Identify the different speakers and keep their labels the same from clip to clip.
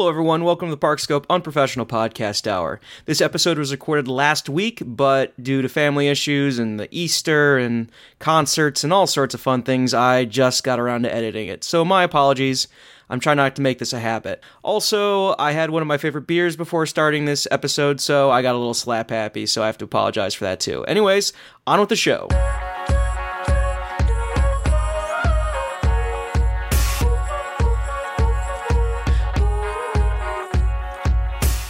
Speaker 1: Hello, everyone. Welcome to the Parkscope Unprofessional Podcast Hour. This episode was recorded last week, but due to family issues and the Easter and concerts and all sorts of fun things, I just got around to editing it. So, my apologies. I'm trying not to make this a habit. Also, I had one of my favorite beers before starting this episode, so I got a little slap happy, so I have to apologize for that too. Anyways, on with the show.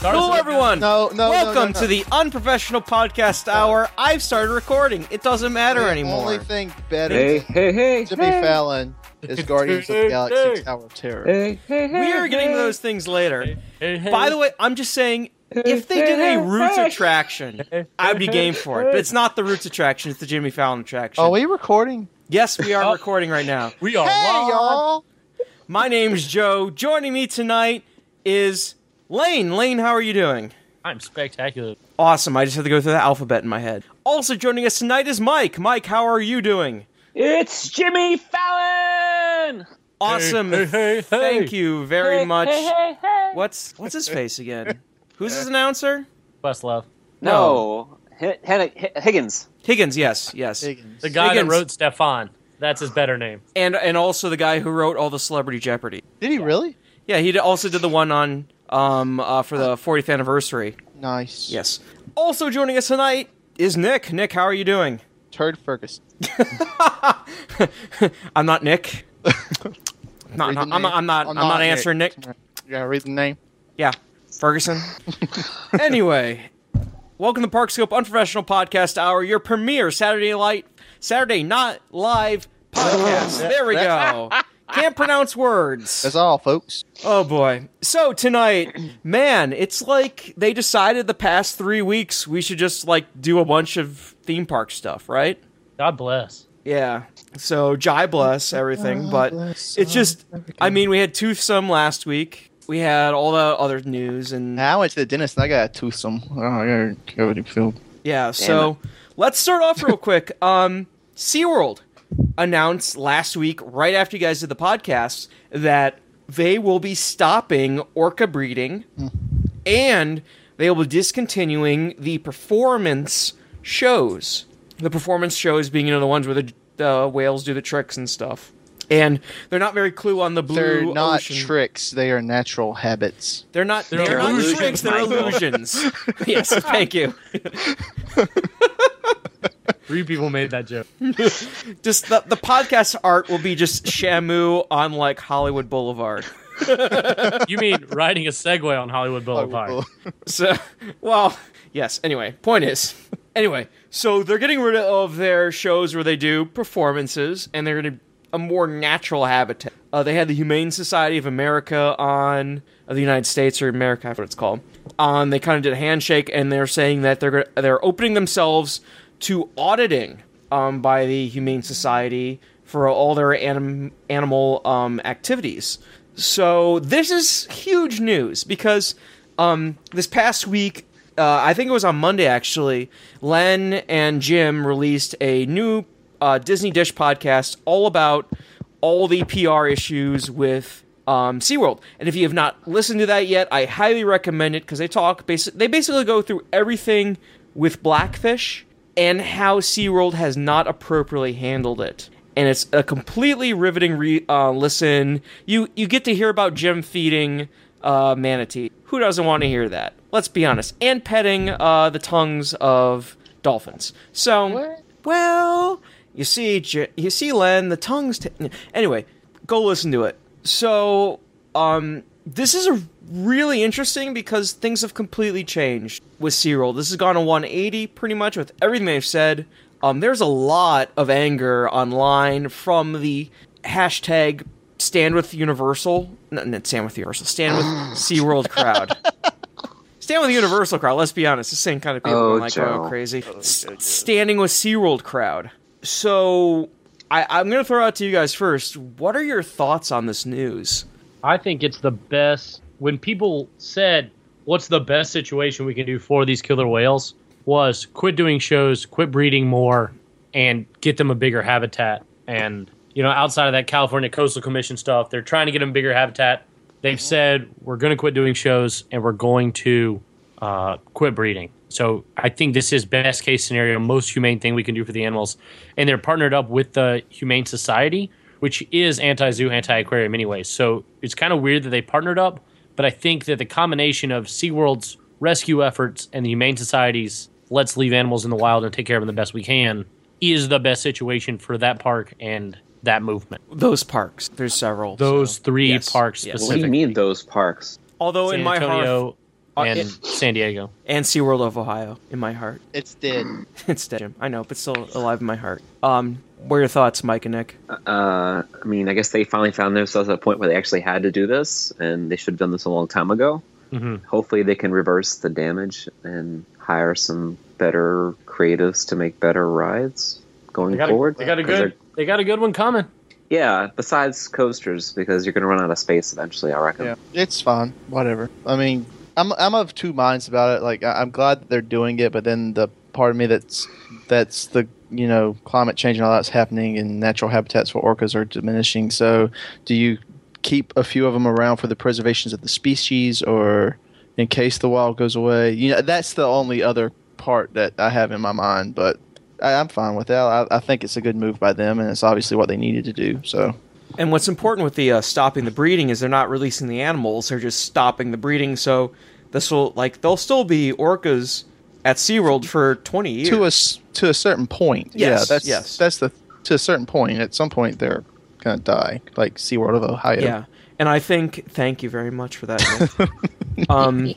Speaker 1: Hello, everyone.
Speaker 2: No, no, no,
Speaker 1: Welcome
Speaker 2: no, no.
Speaker 1: to the Unprofessional Podcast Hour. I've started recording. It doesn't matter
Speaker 2: the
Speaker 1: anymore.
Speaker 2: only thing better
Speaker 3: Hey,
Speaker 2: than
Speaker 3: hey, hey.
Speaker 2: Jimmy
Speaker 3: hey.
Speaker 2: Fallon is Guardians of the Galaxy Tower of Terror.
Speaker 3: Hey, hey, hey.
Speaker 1: we are getting
Speaker 3: hey.
Speaker 1: to those things later. By the way, I'm just saying, if they did a Roots attraction, I'd be game for it. But it's not the Roots attraction; it's the Jimmy Fallon attraction.
Speaker 2: Are we recording?
Speaker 1: yes, we are
Speaker 4: Oh.
Speaker 1: recording right now.
Speaker 4: We are
Speaker 2: Hey,
Speaker 4: live.
Speaker 2: y'all!
Speaker 1: My name's Joe. Joining me tonight is Lane. Lane, how are you doing?
Speaker 4: I'm spectacular.
Speaker 1: Awesome. I just had to go through the alphabet in my head. Also joining us tonight is Mike. Mike, how are you doing?
Speaker 3: It's Jimmy Fallon.
Speaker 1: Awesome.
Speaker 4: Hey, hey, hey,
Speaker 1: Thank you very
Speaker 3: Hey,
Speaker 1: much.
Speaker 3: Hey, hey, hey.
Speaker 1: What's what's his face again? Who's his announcer?
Speaker 4: Best love.
Speaker 3: No. H- H- H- Higgins.
Speaker 1: Higgins. Yes, yes.
Speaker 2: Higgins.
Speaker 4: The guy
Speaker 1: Higgins.
Speaker 4: that wrote Stefan. That's his better name.
Speaker 1: And and also the guy who wrote all the Celebrity Jeopardy.
Speaker 2: Did he really?
Speaker 1: Yeah, he d- also did the one on um uh, for the 40th anniversary.
Speaker 2: Nice.
Speaker 1: Yes. Also joining us tonight is Nick. Nick, how are you doing?
Speaker 2: Turd Ferguson.
Speaker 1: I'm not Nick. not,
Speaker 2: Read the
Speaker 1: not, I'm,
Speaker 2: name.
Speaker 1: not- I'm not. I'm not, answering Nick.
Speaker 2: You gotta read the name.
Speaker 1: Yeah, Ferguson. anyway, welcome to Parkscope Unprofessional Podcast Hour, your premier Saturday night, Saturday not live podcast. there we go. Can't pronounce words.
Speaker 2: That's all, folks.
Speaker 1: Oh boy. So tonight, man, it's like they decided the past three weeks we should just like do a bunch of theme park stuff, right?
Speaker 4: God bless.
Speaker 1: Yeah. So Jai bless everything, but
Speaker 2: bless
Speaker 1: it's just I mean we had Toothsome last week. We had all the other news and
Speaker 2: Now I went to the dentist and I got a toothsome. Oh, I got cavity filled.
Speaker 1: yeah, so let's start off real quick. Um SeaWorld announced last week, right after you guys did the podcast, that they will be stopping orca breeding
Speaker 2: Hmm.
Speaker 1: and they will be discontinuing the performance shows. The performance shows being, you know, the ones where the the whales do the tricks and stuff. And they're not very clue on the blue
Speaker 2: They're not
Speaker 1: ocean.
Speaker 2: tricks. They are natural habits.
Speaker 1: They're not. They're,
Speaker 4: They're
Speaker 1: not
Speaker 4: illusions,
Speaker 1: tricks. They're
Speaker 3: Michael.
Speaker 1: illusions. yes, thank you.
Speaker 4: Three people made that joke.
Speaker 1: Just the, the podcast art will be just Shamu on like Hollywood Boulevard.
Speaker 4: You mean riding a Segway on Hollywood Boulevard?
Speaker 1: So, well, yes. Anyway, point is, anyway, so they're getting rid of their shows where they do performances, and they're going to a more natural habitat. Uh, they had the Humane Society of America on of the United States or America, I forget what it's called. On they kind of did a handshake, and they're saying that they're gonna- they're opening themselves to auditing um, by the Humane Society for all their anim- animal um, activities. So this is huge news because um, this past week, uh, I think it was on Monday actually, Len and Jim released a new uh, Disney Dish podcast all about all the PR issues with um, SeaWorld. And if you have not listened to that yet, I highly recommend it because they talk, basi- they basically go through everything with Blackfish and how SeaWorld has not appropriately handled it. And it's a completely riveting re- uh, listen. You you get to hear about Jim feeding uh, manatee. Who doesn't want to hear that? Let's be honest. And petting uh, the tongues of dolphins. So well, you see J- you see Len the tongues. T- anyway, go listen to it. So um, this is a really interesting because things have completely changed with SeaWorld. This has gone to 180 pretty much with everything they've said. Um, there's a lot of anger online from the hashtag stand with Universal, no, no, stand with Universal, stand with SeaWorld crowd. Stand with the Universal crowd, let's be honest, the same kind of people
Speaker 3: Oh,
Speaker 1: are like,
Speaker 3: Joe.
Speaker 1: oh, crazy. S- standing with SeaWorld crowd. So, I, I'm going to throw out to you guys first. What are your thoughts on this news?
Speaker 4: I think it's the best. When people said, "What's the best situation we can do for these killer whales?" was quit doing shows, quit breeding more, and get them a bigger habitat. And you know, outside of that California Coastal Commission stuff, they're trying to get them bigger habitat. They've said we're going to quit doing shows and we're going to uh, quit breeding. So I think this is best case scenario, most humane thing we can do for the animals. And they're partnered up with the Humane Society, which is anti zoo, anti aquarium anyway. So it's kind of weird that they partnered up, but I think that the combination of SeaWorld's rescue efforts and the Humane Society's let's leave animals in the wild and take care of them the best we can is the best situation for that park and that movement.
Speaker 1: Those parks. There's several.
Speaker 4: Those
Speaker 1: so-
Speaker 4: three
Speaker 1: Yes,
Speaker 4: parks
Speaker 1: yes.
Speaker 3: What do you
Speaker 4: specifically.
Speaker 3: mean those parks?
Speaker 1: Although
Speaker 4: San
Speaker 1: Oh, in my heart
Speaker 4: Antonio
Speaker 1: uh,
Speaker 4: and
Speaker 1: it-
Speaker 4: San Diego.
Speaker 1: and SeaWorld of Ohio in my heart.
Speaker 5: It's dead.
Speaker 1: it's dead, Jim. I know, but still alive in my heart. Um, what are your thoughts, Mike and Nick?
Speaker 3: Uh, I mean, I guess they finally found themselves at a point where they actually had to do this, and they should have done this a long time ago.
Speaker 4: Mhm.
Speaker 3: Hopefully, they can reverse the damage and hire some better creatives to make better rides going
Speaker 4: They got, a,
Speaker 3: forward.
Speaker 4: they got a
Speaker 3: 'Cause
Speaker 4: good. They got a good one coming.
Speaker 3: they're- Yeah, besides coasters, because you're going to run out of space eventually, I reckon.
Speaker 2: Yeah, it's fine. Whatever. I mean, I'm I'm of two minds about it. Like, I, I'm glad that they're doing it, but then the part of me that's that's the you know climate change and all that's happening, and natural habitats for orcas are diminishing. So, do you keep a few of them around for the preservations of the species, or in case the wild goes away? You know, that's the only other part that I have in my mind, but. I, I'm fine with that. I, I think it's a good move by them, and it's obviously what they needed to do. So,
Speaker 1: And what's important with the uh, stopping the breeding is they're not releasing the animals; they're just stopping the breeding. So this will like they'll still be orcas at SeaWorld for twenty years.
Speaker 2: to a s- to a certain point. yeah,
Speaker 1: Yes,
Speaker 2: that's
Speaker 1: yes.
Speaker 2: that's the to a certain point. At some point, they're gonna die, like SeaWorld of Ohio.
Speaker 1: yeah, and I think thank you very much for that. Nick. um,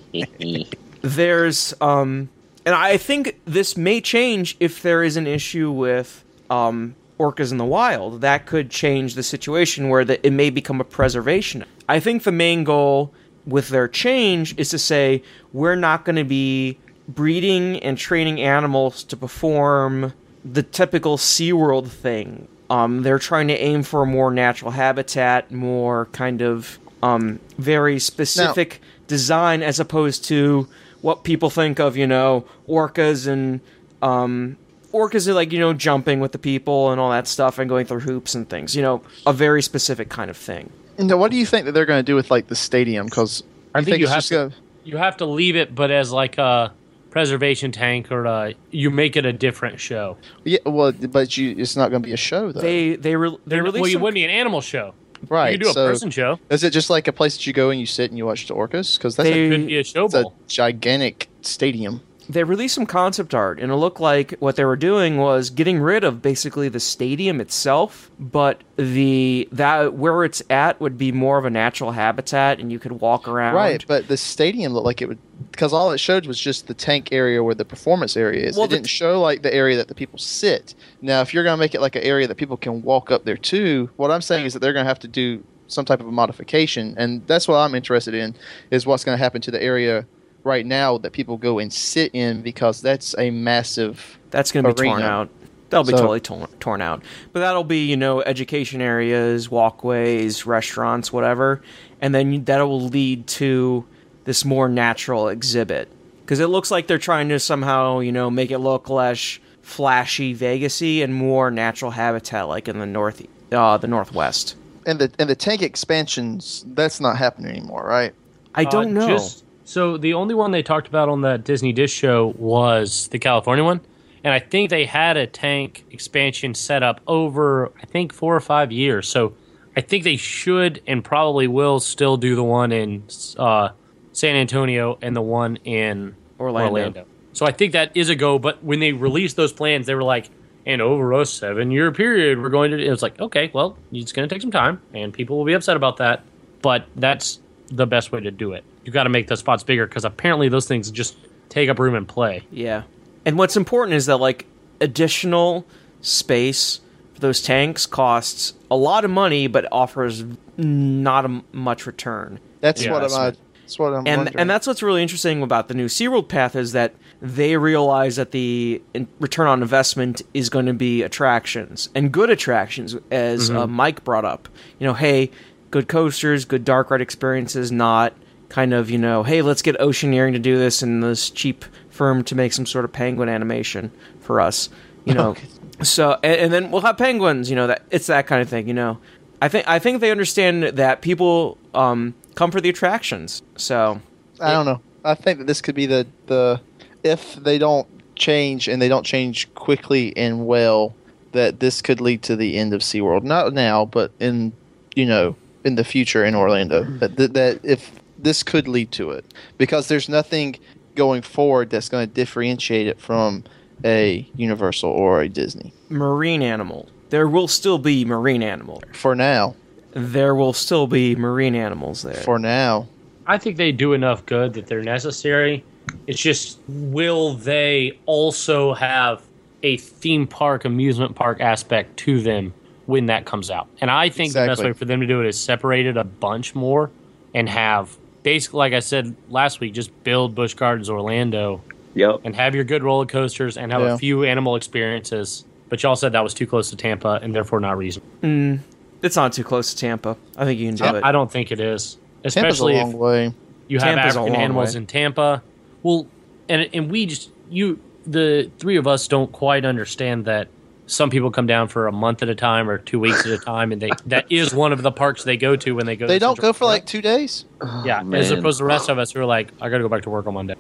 Speaker 1: there's um, and I think this may change if there is an issue with um orcas in the wild. That could change the situation where the, it may become a preservation. I think the main goal with their change is to say we're not going to be breeding and training animals to perform the typical SeaWorld thing. Um, they're trying to aim for a more natural habitat, more kind of um, very specific design as opposed to what people think of, you know, orcas and um, orcas are like, you know, jumping with the people and all that stuff and going through hoops and things, you know, a very specific kind of thing.
Speaker 2: Now, what do you think that they're gonna do with like the stadium? Because
Speaker 4: I think you
Speaker 2: it's
Speaker 4: have
Speaker 2: just
Speaker 4: to-
Speaker 2: gonna-
Speaker 4: You have to leave it, but as like a preservation tank, or a, you make it a different show.
Speaker 2: yeah, well, but you it's not gonna be a show though,
Speaker 1: They they re- they released
Speaker 4: well, you
Speaker 1: some-
Speaker 4: wouldn't be an animal show.
Speaker 2: right?
Speaker 4: you could do a
Speaker 2: so
Speaker 4: person show.
Speaker 2: is it just like a place that you go and you sit and you watch the orcas? Because that's
Speaker 1: They-
Speaker 2: a,
Speaker 4: Could be a show
Speaker 2: it's a
Speaker 4: bowl.
Speaker 2: gigantic stadium.
Speaker 1: they released some concept art and it looked like what they were doing was getting rid of basically the stadium itself but the that where it's at would be more of a natural habitat and you could walk around
Speaker 2: Right, but the stadium looked like it would because all it showed was just the tank area where the performance area is.
Speaker 1: Well,
Speaker 2: it
Speaker 1: the-
Speaker 2: didn't show like the area that the people sit. Now, if you're going to make it like an area that people can walk up there to, what I'm saying is that they're going to have to do some type of a modification, and that's what I'm interested in is what's going to happen to the area right now that people go and sit in because that's a massive
Speaker 1: that's going to be torn
Speaker 2: Arena.
Speaker 1: out that'll be
Speaker 2: So-
Speaker 1: totally torn, torn out but that'll be you know education areas walkways restaurants whatever and then that will lead to this more natural exhibit because it looks like they're trying to somehow you know make it look less flashy vegasy and more natural habitat like in the north uh, the northwest
Speaker 2: and the and the tank expansions that's not happening anymore, right?
Speaker 1: i don't know
Speaker 4: Uh, just- so the only one they talked about on the Disney Dish show was the California one, and I think they had a tank expansion set up over I think four or five years. So I think they should and probably will still do the one in uh, San Antonio and the one in
Speaker 1: Orlando.
Speaker 4: Orlando. So I think that is a go. But when they released those plans, they were like, and over a seven year period, we're going to. It was like, okay, well, it's going to take some time, and people will be upset about that. But that's the best way to do it. You got to make those spots bigger because apparently those things just take up room and play.
Speaker 1: Yeah. And what's important is that like additional space for those tanks costs a lot of money but offers not a m- much return.
Speaker 2: That's
Speaker 4: Yeah,
Speaker 2: what
Speaker 4: that's
Speaker 2: I'm.
Speaker 4: right.
Speaker 2: That's what
Speaker 1: And
Speaker 2: I'm. wondering.
Speaker 1: and that's what's really interesting about the new SeaWorld path is that they realize that the in- return on investment is going to be attractions and good attractions as uh, Mike brought up. You know, hey, good coasters, good dark ride experiences, not kind of, you know, hey, let's get Oceaneering to do this and this cheap firm to make some sort of penguin animation for us, you know. So and, and then we'll have penguins, you know, that it's that kind of thing, you know. I think I think they understand that people um, come for the attractions. So
Speaker 2: I don't know. I think that this could be the the if they don't change and they don't change quickly and well, that this could lead to the end of SeaWorld. Not now, but in you know in the future in Orlando. That that, that if this could lead to it because there's nothing going forward that's going to differentiate it from a Universal or a Disney
Speaker 1: marine animal. There will still be marine animal.
Speaker 2: for now.
Speaker 1: There will still be marine animals there.
Speaker 2: For now,
Speaker 4: I think they do enough good that they're necessary. It's just will they also have a theme park, amusement park aspect to them when that comes out? And I think the best
Speaker 2: Exactly.
Speaker 4: way for them to do it is separate it a bunch more and have basically, like I said last week, just build Busch Gardens Orlando
Speaker 3: Yep.
Speaker 4: and have your good roller coasters and have
Speaker 2: Yeah.
Speaker 4: a few animal experiences. But y'all said that was too close to Tampa and therefore not reasonable.
Speaker 1: it's not too close to Tampa. I think you can do it.
Speaker 4: I don't think it is,
Speaker 2: Tampa's a
Speaker 4: especially if
Speaker 2: long way.
Speaker 4: You have
Speaker 1: Tampa's a
Speaker 4: African
Speaker 1: long
Speaker 4: animals
Speaker 1: way.
Speaker 4: in Tampa. Well, and and we just you the three of us don't quite understand that some people come down for a month at a time or two weeks at a time, and they that is one of the parks they go to when they go.
Speaker 2: They
Speaker 4: to
Speaker 2: don't
Speaker 4: Central
Speaker 2: go for like two days.
Speaker 4: Park. yeah,
Speaker 2: Oh,
Speaker 4: as
Speaker 3: man.
Speaker 4: opposed to the rest of us who are like, I got to go back to work on Monday.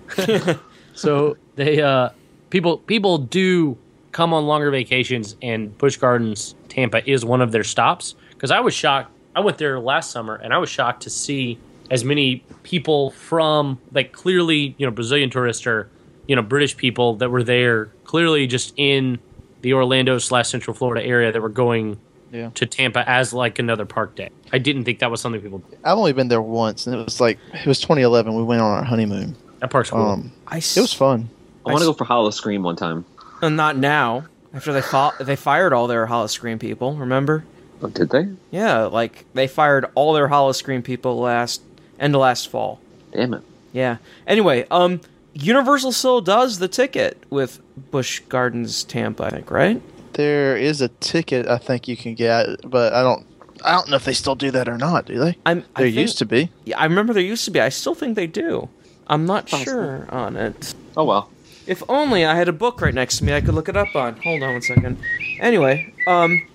Speaker 4: so they uh, people people do come on longer vacations, and Busch Gardens Tampa is one of their stops. Because I was shocked, I went there last summer, and I was shocked to see as many people from like clearly you know Brazilian tourists or you know British people that were there clearly just in the Orlando slash Central Florida area that were going.
Speaker 2: Yeah.
Speaker 4: To Tampa as like another park day. I didn't think that was something people.
Speaker 2: I've only been there once, and it was like it was 2011. We went on our honeymoon.
Speaker 4: That park's cool.
Speaker 2: Um,
Speaker 1: I s-
Speaker 2: it was fun.
Speaker 3: I want to go for Hollow Scream one time.
Speaker 1: Uh, not now. After they fought, they fired all their Hollow Scream people. Remember?
Speaker 3: Oh, did they?
Speaker 1: Yeah, like they fired all their Hollow Scream people last end of last fall.
Speaker 3: Damn it.
Speaker 1: Yeah. Anyway, um, Universal still does the ticket with Busch Gardens Tampa, I think, right?
Speaker 2: There is a ticket I think you can get, but I don't. I don't know if they still do that or not. Do they?
Speaker 1: I'm.
Speaker 2: There
Speaker 1: I think-
Speaker 2: used to be.
Speaker 1: Yeah, I remember there used to be. I still think they do. I'm not sure on it.
Speaker 3: Oh well.
Speaker 1: If only I had a book right next to me I could look it up on. Hold on one second. Anyway, um,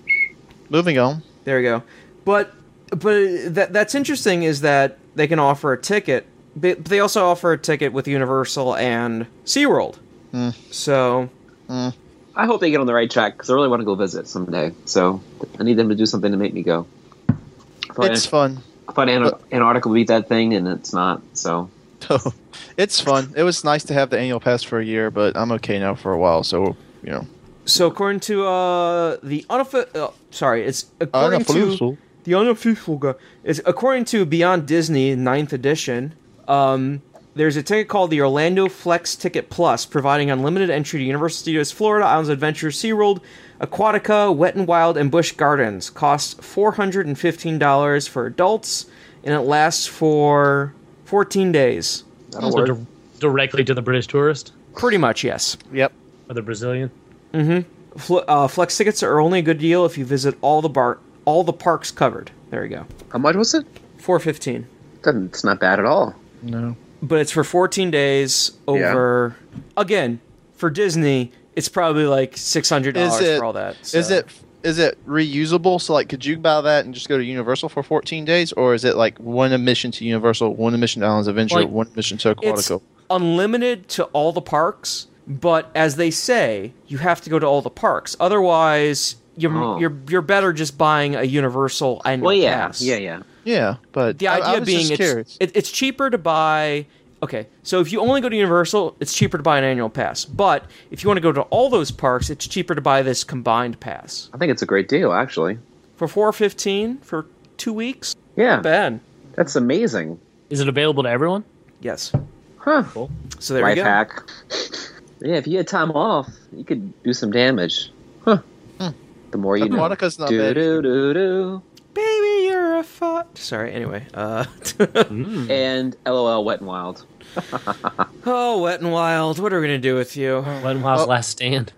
Speaker 2: Moving on.
Speaker 1: There we go. But but that that's interesting is that they can offer a ticket, but but they also offer a ticket with Universal and SeaWorld. So
Speaker 3: I hope they get on the right track because I really want to go visit someday. So I need them to do something to make me go. I thought
Speaker 2: It's
Speaker 3: Ant-
Speaker 2: fun.
Speaker 3: I thought Ant- Antarctica would beat that thing, and it's not. So
Speaker 2: Oh, it's fun. It was nice to have the annual pass for a year, but I'm okay now for a while. So you know,
Speaker 1: so according to uh the unofficial uh, sorry, it's according to
Speaker 2: Unofficial.
Speaker 1: the unofficial guy. It's according to Beyond Disney 9th edition. Um there's a ticket called the Orlando Flex Ticket Plus, providing unlimited entry to Universal Studios Florida, Islands of Adventure, SeaWorld, Aquatica, Wet and Wild, and Busch Gardens. Costs $415 for adults, and it lasts for 14 days.
Speaker 3: that'll
Speaker 4: So
Speaker 3: work.
Speaker 4: di- directly to the British tourist
Speaker 1: Pretty much, yes.
Speaker 2: yep.
Speaker 4: or the Brazilian.
Speaker 1: Fl- uh, flex tickets are only a good deal if you visit all the bar- all the parks covered. There you go.
Speaker 3: How much was it?
Speaker 1: 415.
Speaker 3: Doesn't, it's not bad at all.
Speaker 2: No.
Speaker 1: but it's for 14 days over again for disney it's probably like $600
Speaker 2: Is it?
Speaker 1: for all that
Speaker 2: Is
Speaker 1: so.
Speaker 2: it? Is it reusable? So like, could you buy that and just go to Universal for 14 days, or is it like one admission to Universal, one admission to Islands of Adventure,
Speaker 4: Like,
Speaker 2: one admission to
Speaker 1: it's
Speaker 2: Aquatica?
Speaker 1: unlimited to all the parks but as they say you have to go to all the parks otherwise you're,
Speaker 3: Oh.
Speaker 1: you're, you're better just buying a universal annual
Speaker 3: Well, yeah,
Speaker 1: pass.
Speaker 3: yeah, yeah.
Speaker 2: Yeah, but
Speaker 1: the
Speaker 2: I- I
Speaker 1: idea
Speaker 2: was
Speaker 1: being
Speaker 2: just
Speaker 1: it's,
Speaker 2: curious.
Speaker 1: it, it's cheaper to buy okay so if you only go to universal it's cheaper to buy an annual pass but if you want to go to all those parks it's cheaper to buy this combined pass
Speaker 3: I think it's a great deal, actually.
Speaker 1: for four fifteen for two weeks.
Speaker 3: Yeah,
Speaker 1: Ben,
Speaker 3: that's amazing.
Speaker 4: Is it available to everyone?
Speaker 1: yes.
Speaker 3: Huh?
Speaker 1: So there
Speaker 3: Life
Speaker 1: you go.
Speaker 3: hack. Yeah, if you had time off, you could do some damage. Huh? The more you know.
Speaker 2: Aquatica's Hmm. not
Speaker 3: Do
Speaker 2: bad.
Speaker 3: do do do.
Speaker 1: Baby, you're a fuck. Sorry. Anyway, uh,
Speaker 3: And LOL, Wet and Wild.
Speaker 1: oh, wet and wild. What are we gonna do with you,
Speaker 4: Wet n
Speaker 3: Uh,
Speaker 4: Wild's
Speaker 2: Oh.
Speaker 4: last stand.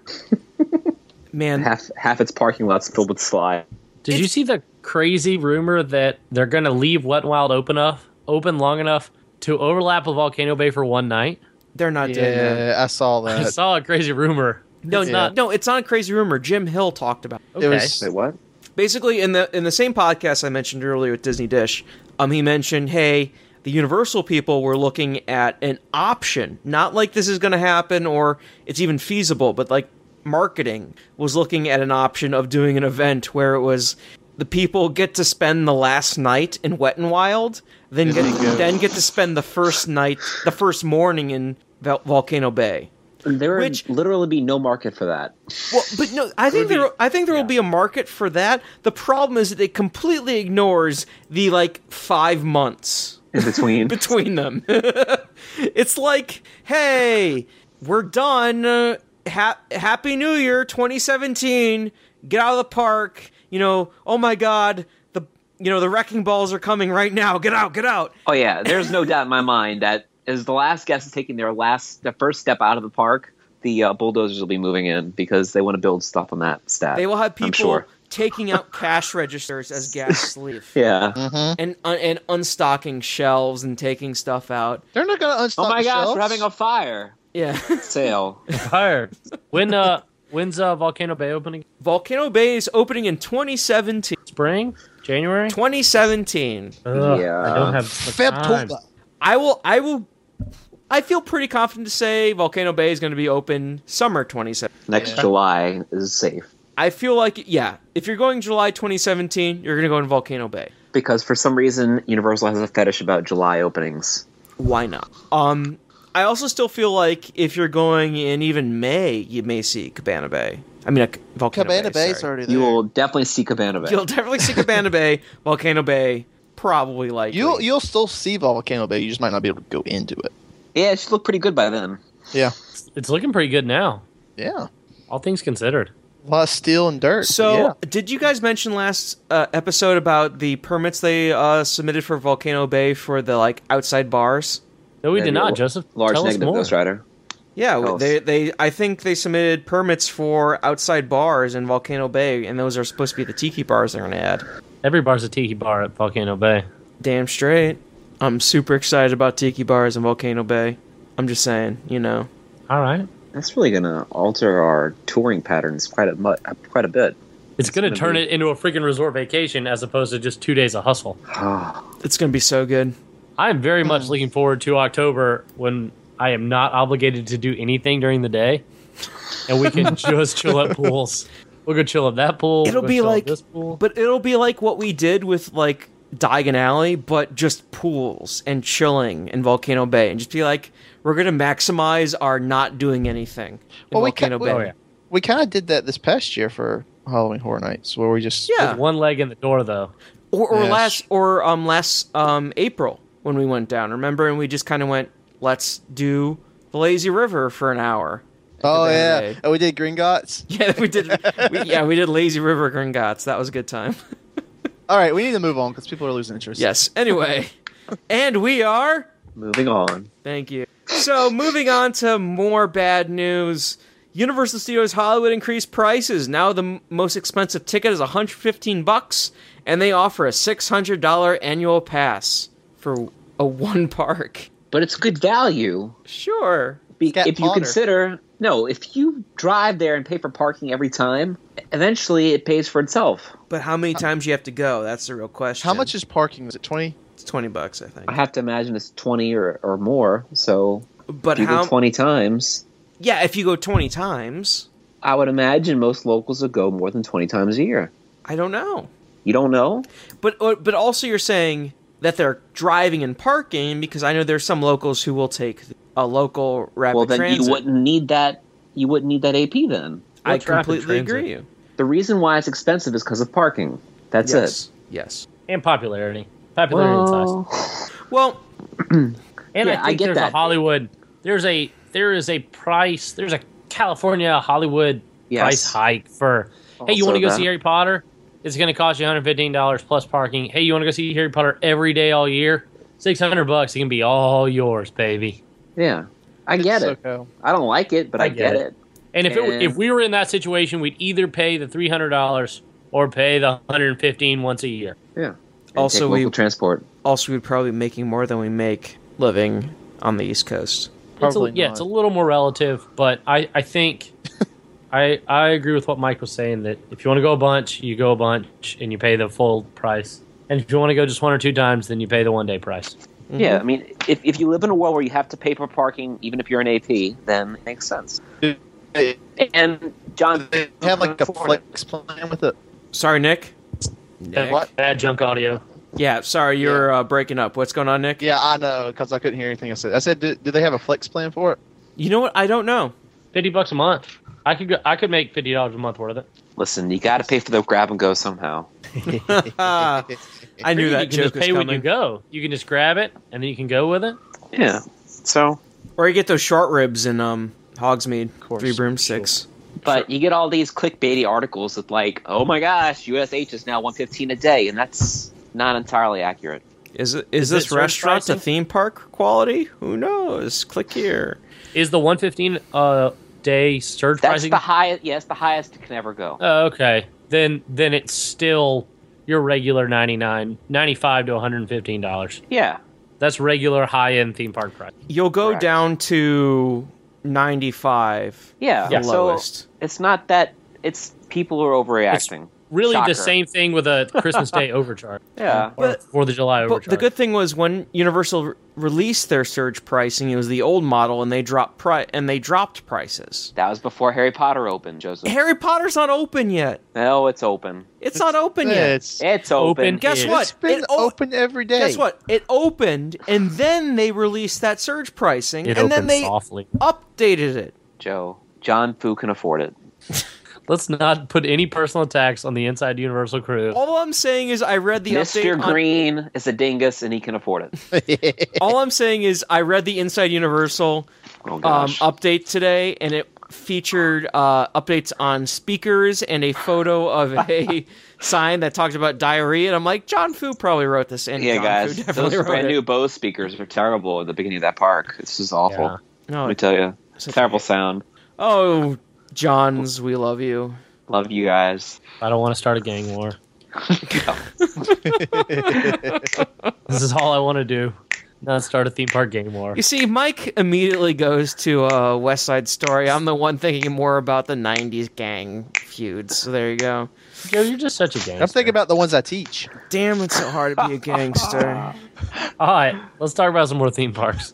Speaker 1: man?
Speaker 3: Half half its parking lot's filled with slides.
Speaker 4: Did you see the crazy rumor that they're going to leave Wet n Wild open enough, open long enough to overlap with Volcano Bay for one night?
Speaker 1: They're not doing that.
Speaker 2: Yeah, I saw
Speaker 3: Uh,
Speaker 2: that.
Speaker 4: I saw a crazy rumor.
Speaker 1: No,
Speaker 2: It's
Speaker 1: no,
Speaker 2: not.
Speaker 1: no. It's not a crazy rumor. Jim Hill talked about.
Speaker 4: Okay.
Speaker 2: It was
Speaker 3: Wait, what?
Speaker 1: It. basically in the in the same podcast I mentioned earlier with Disney Dish, um, he mentioned, hey, the Universal people were looking at an option, not like this is going to happen or it's even feasible, but like marketing was looking at an option of doing an event where it was the people get to spend the last night in Wet and Wild, then
Speaker 2: Disney
Speaker 1: get
Speaker 2: Ghost.
Speaker 1: then get to spend the first night, the first morning in Val- Volcano Bay.
Speaker 3: There would
Speaker 1: Which-
Speaker 3: literally be no market for that.
Speaker 1: Well, but no, I think there. I think there will be a market for that. The problem is that it completely ignores the like five months
Speaker 3: In between,
Speaker 1: between them. it's like, hey, we're done. Uh, ha- Happy New Year, 2017. Get out of the park. You know, oh my God, the you know the wrecking balls are coming right now. Get out, get out.
Speaker 3: oh yeah, there's no doubt in my mind that as the last guest is taking their last, the first step out of the park, the uh, bulldozers will be moving in because they want to build stuff on that stat.
Speaker 1: They will have
Speaker 3: I'm
Speaker 1: people
Speaker 3: sure.
Speaker 1: taking out cash registers as guests leave.
Speaker 3: Yeah.
Speaker 1: and and unstocking shelves and taking stuff out.
Speaker 2: They're not gonna unstock.
Speaker 3: Oh my
Speaker 2: the
Speaker 3: gosh,
Speaker 2: shelves.
Speaker 3: we're having a fire
Speaker 1: Yeah,
Speaker 3: sale.
Speaker 4: Fire. When uh, when's uh, Volcano Bay opening?
Speaker 1: Volcano Bay is opening in 2017.
Speaker 4: Spring, January.
Speaker 1: 2017.
Speaker 4: Ugh,
Speaker 3: Yeah.
Speaker 4: I don't have much time.
Speaker 2: Febtober.
Speaker 1: I will. I will. I feel pretty confident to say Volcano Bay is going to be open summer 2017.
Speaker 3: Next July is safe
Speaker 1: I feel like yeah. If you're going July 2017, you're going to go in Volcano Bay.
Speaker 3: because for some reason Universal has a fetish about July openings.
Speaker 1: Why not? Um, I also still feel like if you're going in even May, you may see Cabana Bay. I mean, uh, Volcano
Speaker 2: Cabana
Speaker 1: Bay.
Speaker 2: Bay's
Speaker 1: sorry.
Speaker 2: already there.
Speaker 3: You will definitely see Cabana Bay.
Speaker 1: You'll definitely see Cabana Bay, Volcano Bay, probably like
Speaker 2: You'll you'll still see Volcano Bay. You just might not be able to go into it.
Speaker 3: Yeah, it should look pretty good by then.
Speaker 2: Yeah,
Speaker 4: It's looking pretty good now.
Speaker 2: yeah.
Speaker 4: All things considered.
Speaker 2: A lot of steel and dirt.
Speaker 1: So,
Speaker 2: yeah.
Speaker 1: did you guys mention last uh, episode about the permits they uh, submitted for Volcano Bay for the like outside bars?
Speaker 4: No, we did
Speaker 3: Maybe a
Speaker 4: not,
Speaker 3: l-
Speaker 4: Joseph.
Speaker 3: Large
Speaker 4: Tell us
Speaker 3: negative
Speaker 4: more.
Speaker 3: Ghost Rider.
Speaker 1: Yeah,
Speaker 3: Tell us.
Speaker 1: they they I think they submitted permits for outside bars in Volcano Bay, and those are supposed to be the tiki bars they're gonna add.
Speaker 4: Every bar's a tiki bar at Volcano Bay.
Speaker 1: Damn straight. I'm super excited about tiki bars in Volcano Bay. I'm just saying, you know.
Speaker 4: All right.
Speaker 3: That's really going to alter our touring patterns quite a mu- quite a bit.
Speaker 4: It's going to
Speaker 3: gonna
Speaker 4: turn
Speaker 3: be-
Speaker 4: it into a freaking resort vacation as opposed to just two days of hustle.
Speaker 1: It's gonna be so good.
Speaker 4: I'm very much
Speaker 3: Mm.
Speaker 4: looking forward to October when I am not obligated to do anything during the day, and we can just chill at pools. We'll go chill at that pool.
Speaker 1: It'll
Speaker 4: we'll go
Speaker 1: be
Speaker 4: chill at
Speaker 1: like,
Speaker 4: this pool.
Speaker 1: but it'll be like what we did with like Diagon Alley, but just pools and chilling in Volcano Bay, and just be like, we're gonna maximize our not doing anything in
Speaker 2: Well, we
Speaker 1: Volcano
Speaker 2: ca-
Speaker 1: Bay.
Speaker 4: oh yeah,
Speaker 2: we kind of did that this past year for Halloween Horror Nights, where we just
Speaker 1: Yeah.
Speaker 4: one leg in the door though.
Speaker 1: Or, or
Speaker 2: Yes.
Speaker 1: last or um last um April when we went down, remember? And we just kind of went, let's do the Lazy River for an hour.
Speaker 2: Oh
Speaker 1: Cabana
Speaker 2: yeah,
Speaker 1: Bay.
Speaker 2: and we did Gringotts.
Speaker 1: Yeah, we did. we, yeah, we did Lazy River Gringotts. That was a good time.
Speaker 2: All right, we need to move on because people are losing interest.
Speaker 1: yes. Anyway, and we are.
Speaker 3: Moving on.
Speaker 1: Thank you. So, moving on to more bad news. Universal Studios Hollywood increased prices. Now the m- most expensive ticket is 115 bucks, and they offer a $600 annual pass for a one park.
Speaker 3: But it's good value.
Speaker 1: Sure.
Speaker 3: Be-
Speaker 2: Get
Speaker 3: if you
Speaker 2: Potter.
Speaker 3: consider, no, if you drive there and pay for parking every time, eventually it pays for itself.
Speaker 1: But how many times you have to go? That's the real question.
Speaker 2: How much is parking? Is it twenty?
Speaker 1: It's 20 bucks, I think.
Speaker 3: I have to imagine it's 20 or, or more. So
Speaker 1: But
Speaker 3: if you
Speaker 1: how
Speaker 3: go 20 times,
Speaker 1: Yeah, if you go 20 times,
Speaker 3: I would imagine most locals would go more than 20 times a year.
Speaker 1: I don't know.
Speaker 3: You don't know?
Speaker 1: But uh, but also you're saying that they're driving and parking because I know there's some locals who will take a local rapid
Speaker 3: well, then
Speaker 1: transit.
Speaker 3: you wouldn't need that. You wouldn't need that AP then.
Speaker 1: I
Speaker 4: What's rapid
Speaker 1: completely
Speaker 4: transit?
Speaker 1: agree. You.
Speaker 3: The reason why it's expensive is because of parking. That's
Speaker 1: yes. Yes.
Speaker 4: And popularity,
Speaker 3: it.
Speaker 4: popularity and size.
Speaker 3: Well,
Speaker 1: Well,
Speaker 4: And
Speaker 3: Yeah,
Speaker 4: I
Speaker 3: I
Speaker 4: think
Speaker 3: get
Speaker 4: there's a
Speaker 3: that.
Speaker 4: Hollywood. There's a there is a price. There's a California Hollywood
Speaker 3: Yes.
Speaker 4: price hike for. Hey, you
Speaker 3: Also
Speaker 4: want to go
Speaker 3: that.
Speaker 4: see Harry Potter? It's going to cost you 115 dollars plus parking. Hey, you want to go see Harry Potter every day all year? 600 bucks. It can be all yours, baby.
Speaker 3: yeah, I get it.
Speaker 2: SoCal.
Speaker 3: I don't like it, but I, get, it.
Speaker 4: And if it,
Speaker 3: And-
Speaker 4: if we were in that situation, we'd either pay the 300 dollars or pay the 115 once a year.
Speaker 3: Yeah. And
Speaker 1: Also,
Speaker 3: take
Speaker 1: we-
Speaker 3: local transport.
Speaker 1: also we'd probably be making more than we make living on the East Coast.
Speaker 4: It's a,
Speaker 2: Probably
Speaker 4: yeah,
Speaker 2: not.
Speaker 4: it's a little more relative, but I I think I, I agree with what Mike was saying that if you want to go a bunch, you go a bunch and you pay the full price. And if you want to go just one or two times, then you pay the one day price.
Speaker 3: Yeah, I mean, if, if you live in a world where you have to pay for parking, even if you're an AP, then it makes sense.
Speaker 2: They
Speaker 3: And John,
Speaker 2: they have like a
Speaker 3: Ford-
Speaker 2: flex plan with it.
Speaker 1: Sorry, Nick.
Speaker 4: Bad-
Speaker 2: what?
Speaker 4: Bad junk audio.
Speaker 1: Yeah, sorry, you're uh, breaking up. What's going on, Nick?
Speaker 2: Yeah, I know because I couldn't hear anything I said. I said, do, do they have a flex plan for it?
Speaker 1: You know what? I don't know.
Speaker 4: Fifty bucks a month. I could go, I could make fifty dollars a month worth of it.
Speaker 3: Listen, you got to pay for the grab and go somehow.
Speaker 1: Uh, I knew
Speaker 4: you
Speaker 1: that joke
Speaker 4: can just
Speaker 1: was
Speaker 4: pay when you
Speaker 1: coming.
Speaker 4: go. You can just grab it and then you can go with it.
Speaker 3: Yeah. So,
Speaker 1: Or you get those short ribs in um, Hogsmeade,
Speaker 4: course.
Speaker 1: Three Broom Six.
Speaker 3: but you get all these clickbaity articles that like, oh my gosh, USH is now one fifteen a day, and that's not entirely accurate.
Speaker 1: Is it is,
Speaker 4: Is it
Speaker 1: this
Speaker 4: surge
Speaker 1: restaurant to
Speaker 4: pricing?
Speaker 1: theme park quality? Who knows? Click here.
Speaker 4: Is the one fifteen uh day surge
Speaker 3: That's
Speaker 4: pricing?
Speaker 3: the highest. Yes, the highest it can ever
Speaker 1: Uh,
Speaker 3: go.
Speaker 4: Oh, okay. Then then it's still your regular 99 95 to 115 dollars.
Speaker 3: Yeah.
Speaker 4: That's regular high end theme park price.
Speaker 1: You'll go
Speaker 3: Correct.
Speaker 1: down to ninety five.
Speaker 3: Yeah.
Speaker 1: The
Speaker 3: So
Speaker 1: lowest.
Speaker 3: it's not that. It's people are overreacting.
Speaker 4: Really
Speaker 3: Shocker.
Speaker 4: the same thing with a Christmas day overcharge.
Speaker 3: Yeah.
Speaker 4: Or
Speaker 1: But-
Speaker 4: Fourth of July
Speaker 1: But
Speaker 4: overcharge.
Speaker 1: the good thing was when Universal re- released their surge pricing, it was the old model, and they dropped pri- and they dropped prices.
Speaker 3: That was before Harry Potter opened, Joseph.
Speaker 1: Harry Potter's not open yet.
Speaker 3: no, it's open.
Speaker 1: It's not open yet.
Speaker 2: It's,
Speaker 3: It's open.
Speaker 4: Open.
Speaker 1: Guess
Speaker 4: It's
Speaker 1: what?
Speaker 2: it's been
Speaker 1: It o-
Speaker 2: open every day.
Speaker 1: Guess what? It opened, and then they released that surge pricing,
Speaker 4: it
Speaker 1: and
Speaker 4: opens
Speaker 1: then they
Speaker 4: softly.
Speaker 1: updated it.
Speaker 3: Joe. John Fu can afford it.
Speaker 4: Let's not put any personal attacks on the inside Universal crew.
Speaker 1: All I'm saying is I read the
Speaker 3: Mr.
Speaker 1: update. on-
Speaker 3: Green is a dingus and he can afford it.
Speaker 1: all I'm saying is I read the Inside Universal
Speaker 3: Oh
Speaker 1: um,
Speaker 3: gosh.
Speaker 1: update today, and it featured uh, updates on speakers and a photo of a sign that talked about diarrhea. And I'm like, John Fu probably wrote this, and
Speaker 3: yeah,
Speaker 1: John
Speaker 3: guys,
Speaker 1: Fu definitely
Speaker 3: those
Speaker 1: wrote
Speaker 3: brand
Speaker 1: it.
Speaker 3: new Bose speakers are terrible at the beginning of that park. This is awful.
Speaker 4: Yeah.
Speaker 1: No,
Speaker 3: Let me tell you,
Speaker 1: it's-
Speaker 3: terrible sound.
Speaker 1: oh, Johns, we love you.
Speaker 3: Love you guys.
Speaker 4: I don't want to start a gang war. This is all I want to do. Not start a theme park game war.
Speaker 1: You see, Mike immediately goes to uh, West Side Story. I'm the one thinking more about the '90s gang feuds. So there you go.
Speaker 4: Joe, you're just such a gangster.
Speaker 2: I'm thinking about the ones I teach.
Speaker 1: Damn, it's so hard to be a gangster.
Speaker 4: All right, let's talk about some more theme parks.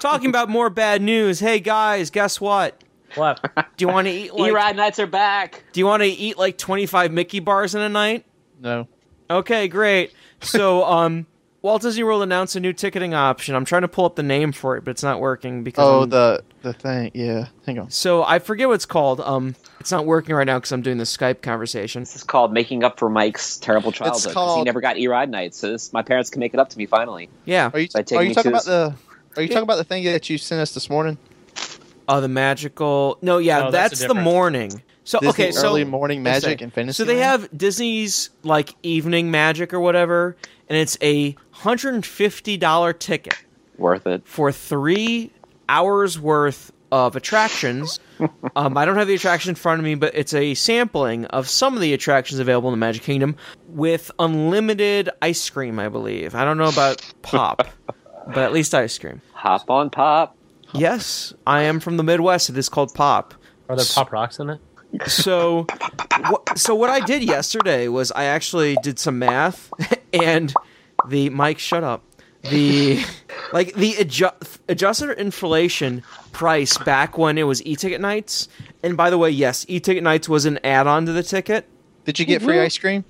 Speaker 1: Talking about more bad news. Hey guys, guess what?
Speaker 4: What?
Speaker 1: Do you want to eat like
Speaker 3: E-Ride nights are back.
Speaker 1: Do you want to eat like 25 Mickey bars in a night?
Speaker 2: No.
Speaker 1: Okay, great. So, um Walt Disney World announced a new ticketing option. I'm trying to pull up the name for it, but it's not working because
Speaker 2: Oh,
Speaker 1: I'm-
Speaker 2: the the thing. Yeah. Hang on.
Speaker 1: So, I forget what it's called. Um it's not working right now cuz I'm doing the Skype conversation.
Speaker 3: This is called making up for Mike's terrible childhood. 'cause He
Speaker 2: called-
Speaker 3: never got E-Ride nights, so this, my parents can make it up to me finally.
Speaker 1: Yeah.
Speaker 2: Are you
Speaker 3: By taking
Speaker 2: are you
Speaker 3: me
Speaker 2: talking
Speaker 3: to
Speaker 2: about
Speaker 3: this-
Speaker 2: the Are you talking about the thing that you sent us this morning?
Speaker 1: Oh, the magical. No, yeah,
Speaker 4: No, that's
Speaker 1: that's,
Speaker 4: a
Speaker 1: the
Speaker 4: different-
Speaker 1: morning. So,
Speaker 2: Disney
Speaker 1: Oh, okay, so
Speaker 2: early morning
Speaker 1: Let's
Speaker 2: magic
Speaker 1: see.
Speaker 2: and fantasy.
Speaker 1: So they
Speaker 2: land?
Speaker 1: have Disney's like evening magic or whatever, and it's a hundred and fifty dollar ticket
Speaker 3: Worth it.
Speaker 1: for three hours worth of attractions. um, I don't have the attraction in front of me, but it's a sampling of some of the attractions available in the Magic Kingdom with unlimited ice cream. I believe. I don't know about pop, but at least ice cream.
Speaker 3: Hop on pop.
Speaker 1: Yes, I am from the Midwest. It is called pop.
Speaker 4: Are there pop rocks in it?
Speaker 1: So, wh- so what I did yesterday was I actually did some math, and the Mike, shut up. The like the adju- adjusted inflation price back when it was e-ticket nights. And by the way, yes, e-ticket nights was an add-on to the ticket.
Speaker 2: Did you get free ice cream?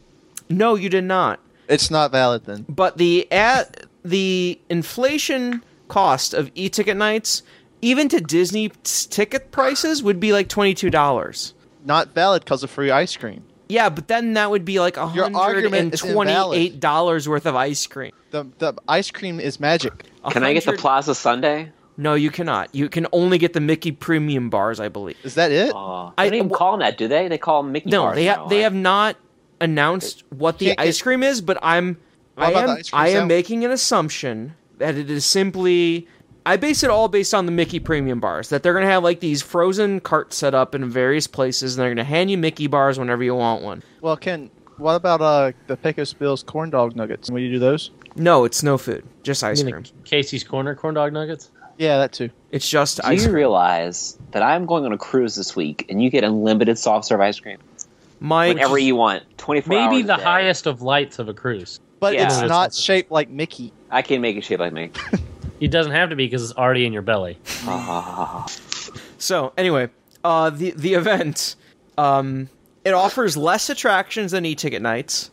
Speaker 1: No, you did not.
Speaker 2: It's not valid then.
Speaker 1: But the ad- the inflation cost of e-ticket nights, even to Disney t- ticket prices, would be like twenty-two dollars.
Speaker 2: Not valid because of free ice cream.
Speaker 1: Yeah, but then that would be like
Speaker 2: argument is invalid.
Speaker 1: $128 worth of ice cream.
Speaker 2: The the ice cream is magic.
Speaker 3: Can I get the
Speaker 1: 100
Speaker 3: Plaza Sunday?
Speaker 1: No, you cannot. You can only get the Mickey premium bars, I believe.
Speaker 2: Is that it?
Speaker 3: Oh,
Speaker 1: I-
Speaker 3: I don't even
Speaker 1: w-
Speaker 3: call them that, do they? They call them Mickey
Speaker 1: No,
Speaker 3: bars
Speaker 1: they
Speaker 3: now,
Speaker 1: have they
Speaker 3: right?
Speaker 1: have not announced what the
Speaker 2: Can't get-
Speaker 1: ice cream is, but I'm
Speaker 2: What
Speaker 1: I
Speaker 2: about the
Speaker 1: am
Speaker 2: ice cream
Speaker 1: I am
Speaker 2: sandwich?
Speaker 1: making an assumption that it is simply I base it all based on the Mickey premium bars that they're going to have like these frozen carts set up in various places and they're going to hand you Mickey bars whenever you want one.
Speaker 2: Well, Ken, what about uh the Pecos Bills corn dog nuggets? Will you do those?
Speaker 1: No, it's no food, just ice
Speaker 4: You mean
Speaker 1: cream.
Speaker 4: the Casey's Corner corn dog nuggets?
Speaker 2: Yeah, that too.
Speaker 1: It's just
Speaker 3: Do
Speaker 1: ice
Speaker 3: you
Speaker 1: cream.
Speaker 3: realize that I'm going on a cruise this week and you get unlimited soft serve ice cream
Speaker 1: Mike,
Speaker 3: whenever you want, 24 hours
Speaker 4: Maybe
Speaker 3: a
Speaker 4: the
Speaker 3: day.
Speaker 4: highest of lights of a cruise.
Speaker 2: But
Speaker 3: Yeah.
Speaker 2: it's
Speaker 4: No, it's
Speaker 2: not
Speaker 4: not-
Speaker 2: shaped like Mickey.
Speaker 3: I can make it shape like me.
Speaker 4: It doesn't have to be because it's already in your belly.
Speaker 3: Ah.
Speaker 1: So anyway, uh, the the event, um, it offers less attractions than e-ticket nights.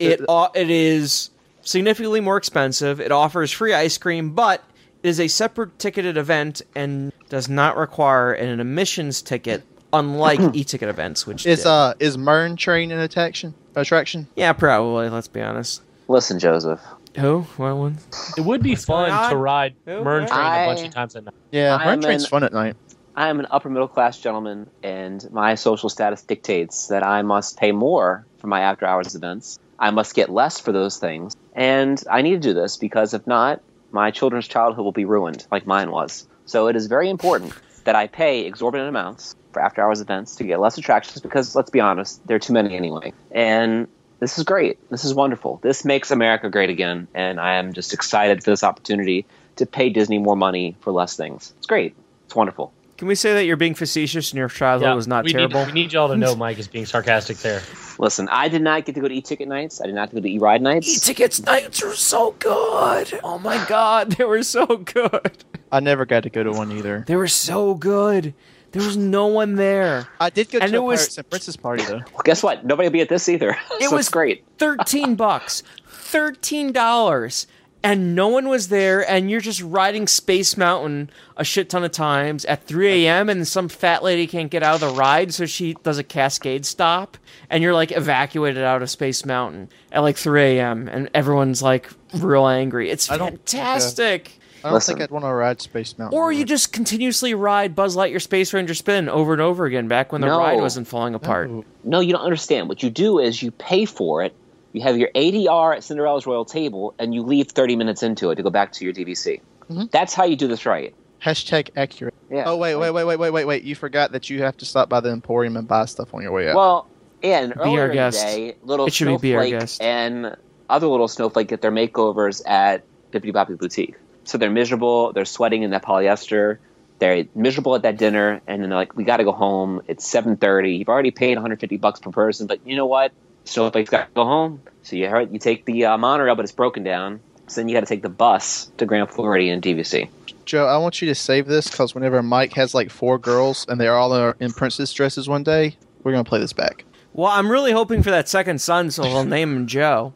Speaker 1: It au- it is significantly more expensive. It offers free ice cream, but it is a separate ticketed event and does not require an admissions ticket, unlike e-ticket events, which
Speaker 2: Is
Speaker 1: did.
Speaker 2: uh is Mern train an attraction? Attraction?
Speaker 1: yeah, probably. Let's be honest.
Speaker 3: Listen, Joseph.
Speaker 1: Who? What one?
Speaker 4: It would be fun
Speaker 1: on?
Speaker 4: to ride
Speaker 1: Who-
Speaker 4: Mern
Speaker 1: who-
Speaker 4: Train a bunch
Speaker 3: I-
Speaker 4: of times at night.
Speaker 2: Yeah,
Speaker 3: I
Speaker 2: Mern
Speaker 3: am
Speaker 2: train's
Speaker 3: an-
Speaker 2: fun at night.
Speaker 3: I am an upper middle class gentleman, and my social status dictates that I must pay more for my after hours events. I must get less for those things, and I need to do this because if not, my children's childhood will be ruined, like mine was. So it is very important that I pay exorbitant amounts for after hours events to get less attractions because, let's be honest, there are too many anyway. And this is great. This is wonderful. This makes America great again, and I am just excited for this opportunity to pay Disney more money for less things. It's great. It's wonderful.
Speaker 1: Can we say that you're being facetious and your childhood was not
Speaker 4: we
Speaker 1: terrible?
Speaker 4: Need, we need y'all to know Mike is being sarcastic there.
Speaker 3: Listen, I did not get to go to e-ticket nights. I did not go to e-ride nights.
Speaker 1: E-tickets nights were so good. Oh my god, they were so good.
Speaker 2: I never got to go to one either.
Speaker 1: They were so good. There was no one there.
Speaker 2: I did go
Speaker 1: And
Speaker 2: to
Speaker 1: it
Speaker 2: a
Speaker 1: was-
Speaker 2: Pirates and Princess party though.
Speaker 3: well, guess what? Nobody will be at this either.
Speaker 1: It
Speaker 3: so
Speaker 1: was
Speaker 3: it's great.
Speaker 1: Thirteen bucks, thirteen dollars, and no one was there. And you're just riding Space Mountain a shit ton of times at 3 a.m. And some fat lady can't get out of the ride, so she does a cascade stop, and you're like evacuated out of Space Mountain at like 3 a.m. And everyone's like real angry. It's
Speaker 2: I don't think, uh,
Speaker 1: fantastic.
Speaker 2: I don't
Speaker 3: Listen.
Speaker 2: think I'd want to ride Space Mountain.
Speaker 1: Or you just continuously ride Buzz Lightyear Space Ranger Spin over and over again back when the
Speaker 3: No.
Speaker 1: ride wasn't falling apart.
Speaker 3: No, you don't understand. What you do is you pay for it. You have your ADR at Cinderella's Royal Table, and you leave 30 minutes into it to go back to your DVC. That's how you do this right.
Speaker 2: hashtag accurate.
Speaker 3: Yeah.
Speaker 2: Oh wait, wait, wait, wait, wait, wait, wait. You forgot that you have to stop by the Emporium and buy stuff on your way out.
Speaker 3: Well, and
Speaker 1: our
Speaker 3: earlier in the
Speaker 1: guest.
Speaker 3: day, little
Speaker 1: It should be
Speaker 3: snowflake
Speaker 1: Be Our Guest.
Speaker 3: and other little snowflake get their makeovers at Bippity Boppity Boutique. So they're miserable. They're sweating in that polyester. They're miserable at that dinner, and then they're like, "We got to go home. It's seven thirty. You've already paid one hundred fifty bucks per person, but you know what? Snowflake's got to go home. So you heard, you take the uh, monorail, but it's broken down. So then you got to take the bus to Grand Floridian DVC.
Speaker 2: Joe, I want you to save this because whenever Mike has like four girls and they're all in- in princess dresses one day, we're gonna play this back.
Speaker 1: Well, I'm really hoping for that second son, so I'll name him Joe.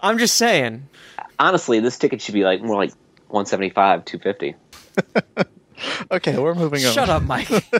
Speaker 1: I'm just saying.
Speaker 3: Honestly, this ticket should be like more like one seventy five, two fifty.
Speaker 2: Okay, we're moving on.
Speaker 1: Shut up, Mike.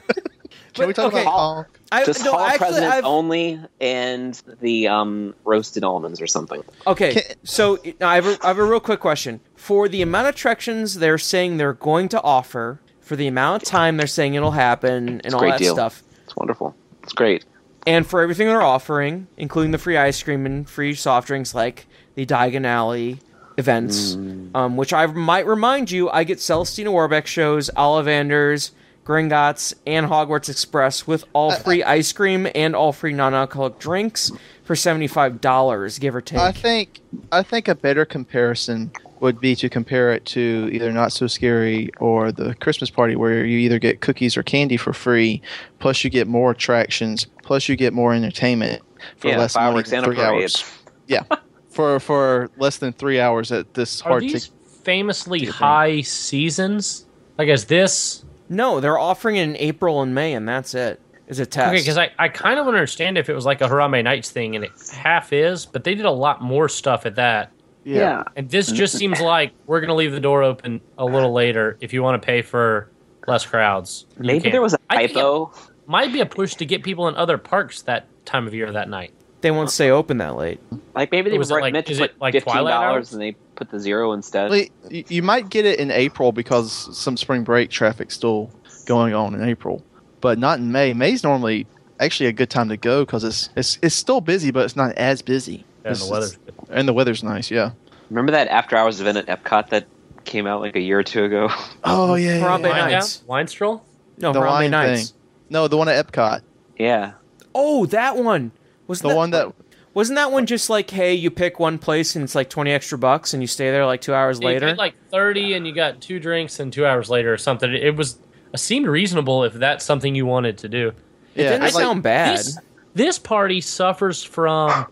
Speaker 2: Can we
Speaker 1: But,
Speaker 2: talk
Speaker 1: okay.
Speaker 2: about Hong?
Speaker 1: I,
Speaker 3: Just
Speaker 1: no,
Speaker 3: hall
Speaker 1: actually,
Speaker 3: president
Speaker 1: I've,
Speaker 3: only, and the um, roasted almonds or something.
Speaker 1: okay. So I have, a, I have a real quick question. For the amount of attractions they're saying they're going to offer, for the amount of time they're saying it'll happen, and all
Speaker 3: great
Speaker 1: that
Speaker 3: deal.
Speaker 1: stuff,
Speaker 3: It's wonderful. It's great.
Speaker 1: and for everything they're offering, including the free ice cream and free soft drinks like the Diagon Alley events,
Speaker 2: Mm.
Speaker 1: um, which I might remind you, I get Celestina Warbeck shows, Ollivanders, Gringotts, and Hogwarts Express with all free ice cream and all free non-alcoholic drinks for seventy-five dollars, give or take.
Speaker 2: I think I think a better comparison would be to compare it to either Not So Scary or the Christmas party where you either get cookies or candy for free, plus you get more attractions, plus you get more entertainment for
Speaker 3: Yeah,
Speaker 2: less money
Speaker 3: fireworks
Speaker 2: than
Speaker 3: and a
Speaker 2: three
Speaker 3: parade.
Speaker 2: hours. Yeah. For, for less than three hours at this
Speaker 4: Are
Speaker 2: hard
Speaker 4: these
Speaker 2: to
Speaker 4: famously high seasons? Like, is this
Speaker 1: no, they're offering it in April and May, and that's it. It's a test.
Speaker 4: okay? Because I, I kind of understand if it was like a Harambe Nights thing, and it half is, but they did a lot more stuff at that. And
Speaker 3: Mm-hmm.
Speaker 4: this just seems like we're gonna leave the door open a little later if you want to pay for less crowds. You
Speaker 3: Maybe
Speaker 4: can.
Speaker 3: there was a
Speaker 4: I think it
Speaker 3: typo.
Speaker 4: Might be a push to get people in other parks that time of year or that night.
Speaker 1: they won't stay open that late.
Speaker 3: Like maybe they
Speaker 4: Was it
Speaker 3: were
Speaker 4: like-
Speaker 3: meant to
Speaker 4: is
Speaker 3: put
Speaker 4: it like
Speaker 3: fifteen
Speaker 4: Twilight
Speaker 3: dollars
Speaker 4: hours?
Speaker 3: and they put the zero instead.
Speaker 2: Well, you, you might get it in April because some spring break traffic's still going on in April, but not in May. May's normally actually a good time to go because it's, it's it's still busy, but it's not as busy.
Speaker 4: And
Speaker 2: It's-
Speaker 4: the weather's good.
Speaker 2: and the weather's nice. Yeah.
Speaker 3: Remember that after hours event at Epcot that came out like a year or two ago?
Speaker 2: Oh yeah. yeah,
Speaker 1: Harambe
Speaker 2: yeah.
Speaker 4: Wine, down?
Speaker 1: Nights.
Speaker 4: wine stroll.
Speaker 1: No,
Speaker 2: The
Speaker 1: Harambe
Speaker 2: Lion
Speaker 1: Nights.
Speaker 2: Thing. No, the one at Epcot.
Speaker 3: yeah.
Speaker 1: Oh, that one was
Speaker 2: The
Speaker 1: that-
Speaker 2: one that
Speaker 1: Wasn't that one just like, hey, you pick one place and it's like twenty extra bucks, and you stay there like two hours
Speaker 4: You
Speaker 1: later?
Speaker 4: paid like thirty, and you got two drinks, and two hours later or something. It was it seemed reasonable if that's something you wanted to do.
Speaker 1: it
Speaker 2: Yeah,
Speaker 1: didn't
Speaker 2: I'd like-
Speaker 1: sound bad.
Speaker 4: This, this party suffers from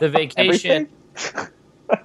Speaker 4: the vacation.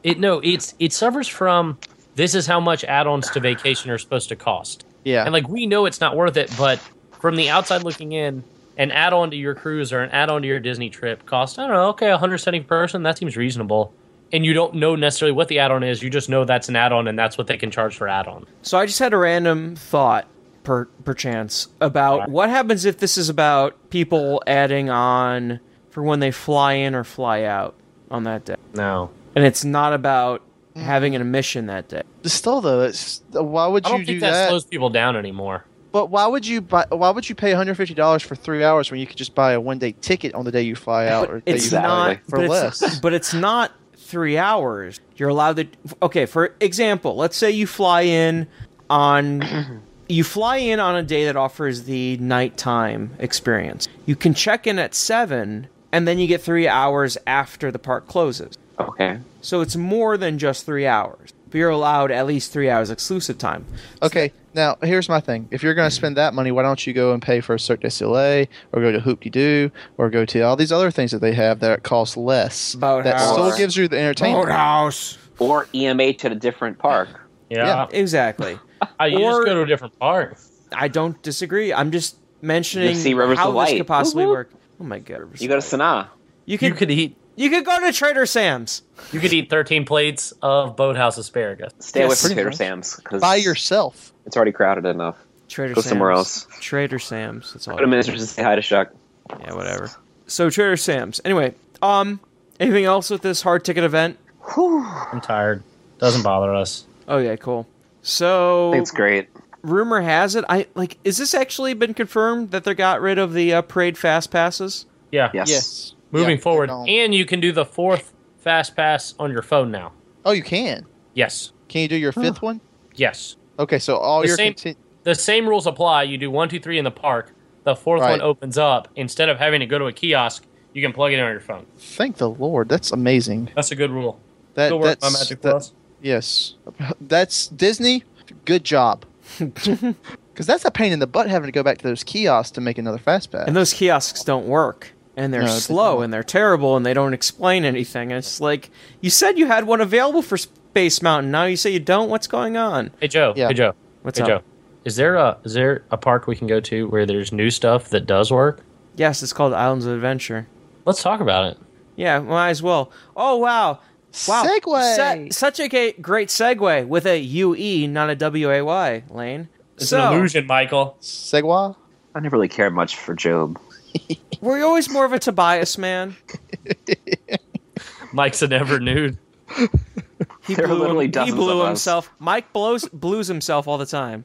Speaker 4: it no, it's it suffers from this is how much add-ons to vacation are supposed to cost.
Speaker 2: yeah,
Speaker 4: And like we know it's not worth it, but from the outside looking in, an add-on to your cruise or an add-on to your Disney trip costs, I don't know, okay, 170 per person, that seems reasonable. And you don't know necessarily what the add-on is, you just know that's an add-on and that's what they can charge for add-on.
Speaker 1: So I just had a random thought, per perchance, about what happens if this is about people adding on for when they fly in or fly out on that day,
Speaker 4: No.
Speaker 1: and it's not about having an emission that day.
Speaker 2: still though, it's why would
Speaker 4: I
Speaker 2: you
Speaker 4: don't
Speaker 2: do
Speaker 4: think that,
Speaker 2: that?
Speaker 4: slows people down anymore.
Speaker 2: But why would you buy? Why would you pay one hundred fifty dollars for three hours when you could just buy a one day ticket on the day you fly out? Or
Speaker 1: It's
Speaker 2: day you fly
Speaker 1: not
Speaker 2: in for
Speaker 1: but
Speaker 2: less.
Speaker 1: It's, but it's not three hours. You're allowed to. Okay, for example, let's say you fly in on you fly in on a day that offers the nighttime experience. You can check in at seven, and then you get three hours after the park closes.
Speaker 3: Okay.
Speaker 1: So it's more than just three hours. But you're allowed at least three hours exclusive time.
Speaker 2: Okay, now here's my thing. If you're going to spend that money, why don't you go and pay for a Cirque du Soleil or go to Hoop De Doo or go to all these other things that they have that cost less? that
Speaker 1: Boathouse.
Speaker 2: still gives you the entertainment.
Speaker 1: house.
Speaker 3: Or EMH at a different park.
Speaker 4: Yeah.
Speaker 1: Exactly.
Speaker 4: Uh, you
Speaker 1: Or-
Speaker 4: just go to a different park.
Speaker 1: I don't disagree. I'm just mentioning
Speaker 3: see Rivers
Speaker 1: how
Speaker 3: of
Speaker 1: this
Speaker 3: Light.
Speaker 1: could possibly
Speaker 3: Woo-hoo.
Speaker 1: work. Oh my god! Rivers
Speaker 3: You
Speaker 1: of
Speaker 3: go to
Speaker 1: Light.
Speaker 3: Sanaa.
Speaker 1: You could
Speaker 4: You could eat
Speaker 1: you could go to Trader Sam's.
Speaker 4: you could eat 13 plates of boathouse asparagus.
Speaker 3: Stay away
Speaker 1: Yes.
Speaker 3: from
Speaker 1: Pretty
Speaker 3: Trader
Speaker 2: much.
Speaker 3: Sam's because
Speaker 2: By yourself.
Speaker 3: it's already crowded enough.
Speaker 1: Trader
Speaker 3: Go
Speaker 1: Sam's.
Speaker 3: somewhere else.
Speaker 1: Trader Sam's. That's all.
Speaker 3: Put a minister to say hi to Shuck.
Speaker 1: Yeah, whatever. So Trader Sam's. Anyway, um, anything else with this hard ticket event?
Speaker 4: I'm tired. Doesn't bother us.
Speaker 1: Oh yeah, cool.
Speaker 3: I
Speaker 1: So
Speaker 3: think it's great.
Speaker 1: rumor has it, I like, is this actually been confirmed that they got rid of the uh, parade fast passes?
Speaker 4: Yeah.
Speaker 3: Yes.
Speaker 2: Yes.
Speaker 4: Moving
Speaker 2: Yeah,
Speaker 4: forward,
Speaker 2: don't-
Speaker 4: and you can do the fourth fast pass on your phone now.
Speaker 2: oh, you can.
Speaker 4: Yes.
Speaker 2: Can you do your fifth one?
Speaker 4: Yes.
Speaker 2: Okay, so all
Speaker 4: The
Speaker 2: your
Speaker 4: same-
Speaker 2: conti-
Speaker 4: The same rules apply. You do one, two, three in the park. The fourth
Speaker 2: Right.
Speaker 4: one opens up. Instead of having to go to a kiosk, you can plug it in on your phone.
Speaker 2: Thank the Lord, that's amazing.
Speaker 4: That's a good rule.
Speaker 2: That
Speaker 4: Still works
Speaker 2: that's
Speaker 4: my magic
Speaker 2: that-
Speaker 4: plus.
Speaker 2: Yes, that's Disney. Good job. Because that's a pain in the butt having to go back to those kiosks to make another fast pass.
Speaker 1: And those kiosks don't work, and they're
Speaker 2: No, they
Speaker 1: slow,
Speaker 2: don't.
Speaker 1: and they're terrible, and they don't explain anything. And it's like you said you had one available for Space Mountain. Now you say you don't. What's going on?
Speaker 4: Hey Joe.
Speaker 2: Yeah.
Speaker 4: Hey Joe.
Speaker 1: What's
Speaker 4: hey
Speaker 1: up?
Speaker 4: Joe. Is there a is there a park we can go to where there's new stuff that does work?
Speaker 1: Yes, it's called Islands of Adventure.
Speaker 4: Let's talk about it.
Speaker 1: Yeah, might as well. Oh wow, wow,
Speaker 2: Segway.
Speaker 1: Se- such a ga- great segue with a U E, not a W A Y, Lane.
Speaker 4: It's
Speaker 1: so
Speaker 4: an illusion, Michael.
Speaker 2: Segway.
Speaker 3: I never really cared much for Job.
Speaker 1: were you always more of a Tobias man?
Speaker 4: Mike's a never nude.
Speaker 1: He
Speaker 3: There are
Speaker 1: blew,
Speaker 3: literally
Speaker 1: him- he
Speaker 3: dozens
Speaker 1: blew
Speaker 3: of us.
Speaker 1: himself. Mike blows blues himself all the time,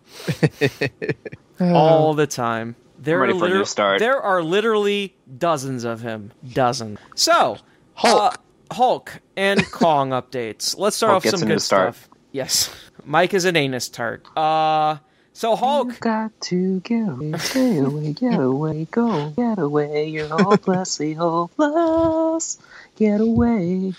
Speaker 1: Uh. all the time. There
Speaker 3: I'm ready
Speaker 1: are
Speaker 3: for a new
Speaker 1: liter-
Speaker 3: start.
Speaker 1: There are literally dozens of him, dozens. So
Speaker 2: Hulk.
Speaker 1: uh, Hulk, and Kong updates. Let's start
Speaker 3: Hulk
Speaker 1: off
Speaker 3: gets
Speaker 1: some
Speaker 3: a new
Speaker 1: good
Speaker 3: start.
Speaker 1: stuff. Yes, Mike is an anus tart. Uh, so Hulk.
Speaker 3: got to get away, get away, get away, go, get away. You're hopelessly hopeless. Get away.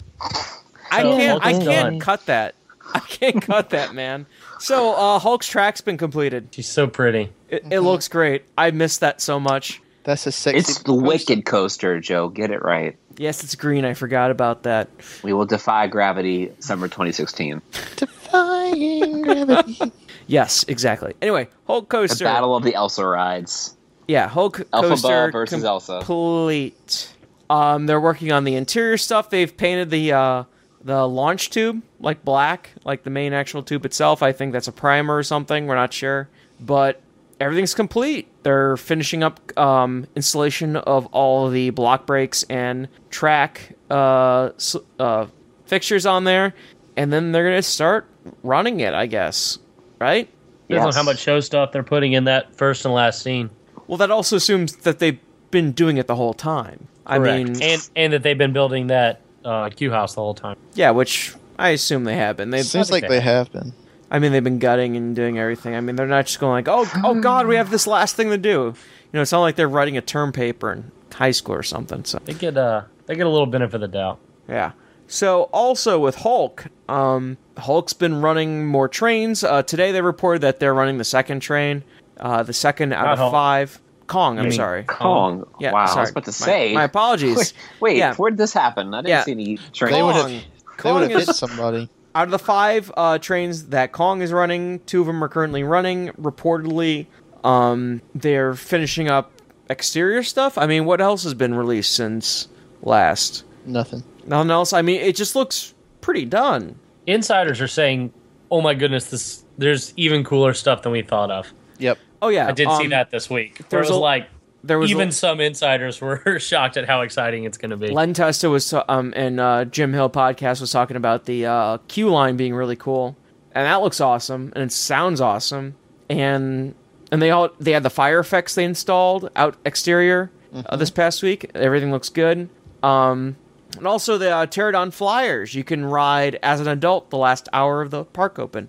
Speaker 1: I
Speaker 4: So
Speaker 1: can't. I
Speaker 4: Hulk's
Speaker 1: can't
Speaker 4: done.
Speaker 1: cut that. I can't cut that, man. So uh, Hulk's track's been completed.
Speaker 4: She's so pretty.
Speaker 1: It, it looks great. I miss that so much.
Speaker 2: That's a sexy.
Speaker 3: It's the Wicked Coaster, Joe. Get it right.
Speaker 1: Yes, it's green. I forgot about that.
Speaker 3: We will defy gravity summer 2016.
Speaker 2: Defying gravity.
Speaker 1: Yes, exactly. Anyway, Hulk
Speaker 3: The
Speaker 1: coaster.
Speaker 3: Battle of the Elsa Rides.
Speaker 1: Yeah, Hulk coaster
Speaker 3: Elphaba versus Elsa.
Speaker 1: complete. Um, they're working on the interior stuff. They've painted the uh, the launch tube like black, like the main actual tube itself. I think that's a primer or something. We're not sure, but everything's complete. They're finishing up um, installation of all the block brakes and track uh, s- uh, fixtures on there, and then they're gonna start running it. I guess, right?
Speaker 4: Depends
Speaker 3: Yes.
Speaker 4: on how much show stuff they're putting in that first and last scene.
Speaker 1: Well, that also assumes that they've been doing it the whole time. I mean,
Speaker 4: and and that they've been building that uh, Q house the whole time.
Speaker 1: yeah, which I assume they have been. They,
Speaker 2: It seems like they have been.
Speaker 1: I mean, they've been gutting and doing everything. I mean, they're not just going like, oh, oh God, we have this last thing to do. You know, it's not like they're writing a term paper in high school or something. So
Speaker 4: They could uh, They get a little benefit of the doubt.
Speaker 1: Yeah. So also with Hulk, um, Hulk's been running more trains. Uh, today they reported that they're running the second train, uh, the second out
Speaker 4: Not
Speaker 1: of
Speaker 4: Hulk.
Speaker 1: five. Kong, I'm
Speaker 4: mean
Speaker 1: sorry.
Speaker 3: Kong.
Speaker 1: Oh, Yeah,
Speaker 3: wow, I
Speaker 1: sorry.
Speaker 3: was about to
Speaker 1: My-
Speaker 3: say.
Speaker 1: My apologies.
Speaker 3: Wait,
Speaker 1: yeah.
Speaker 3: where'd this happen? I didn't
Speaker 1: Yeah.
Speaker 3: see any train.
Speaker 2: They would
Speaker 1: Kong.
Speaker 2: have. They
Speaker 1: Kong
Speaker 2: would have
Speaker 1: is
Speaker 2: hit somebody.
Speaker 1: out of the five uh, trains that Kong is running, two of them are currently running. Reportedly, um, they're finishing up exterior stuff. I mean, what else has been released since last?
Speaker 2: Nothing.
Speaker 1: Nothing else. I mean, it just looks pretty done.
Speaker 4: Insiders are saying, "Oh my goodness, this there's even cooler stuff than we thought of."
Speaker 2: Yep.
Speaker 1: Oh yeah,
Speaker 4: I did see
Speaker 1: um,
Speaker 4: that this week. There
Speaker 1: there's
Speaker 4: was
Speaker 1: a-
Speaker 4: like
Speaker 1: There was
Speaker 4: even some insiders were shocked at how exciting it's going to be.
Speaker 1: Len Testa was um and uh, Jim Hill podcast was talking about the uh, queue line being really cool, and that looks awesome, and it sounds awesome, and and they all they had the fire effects they installed out exterior uh, this past week. Everything looks good. Um, and also the uh, pterodon flyers you can ride as an adult the last hour of the park open.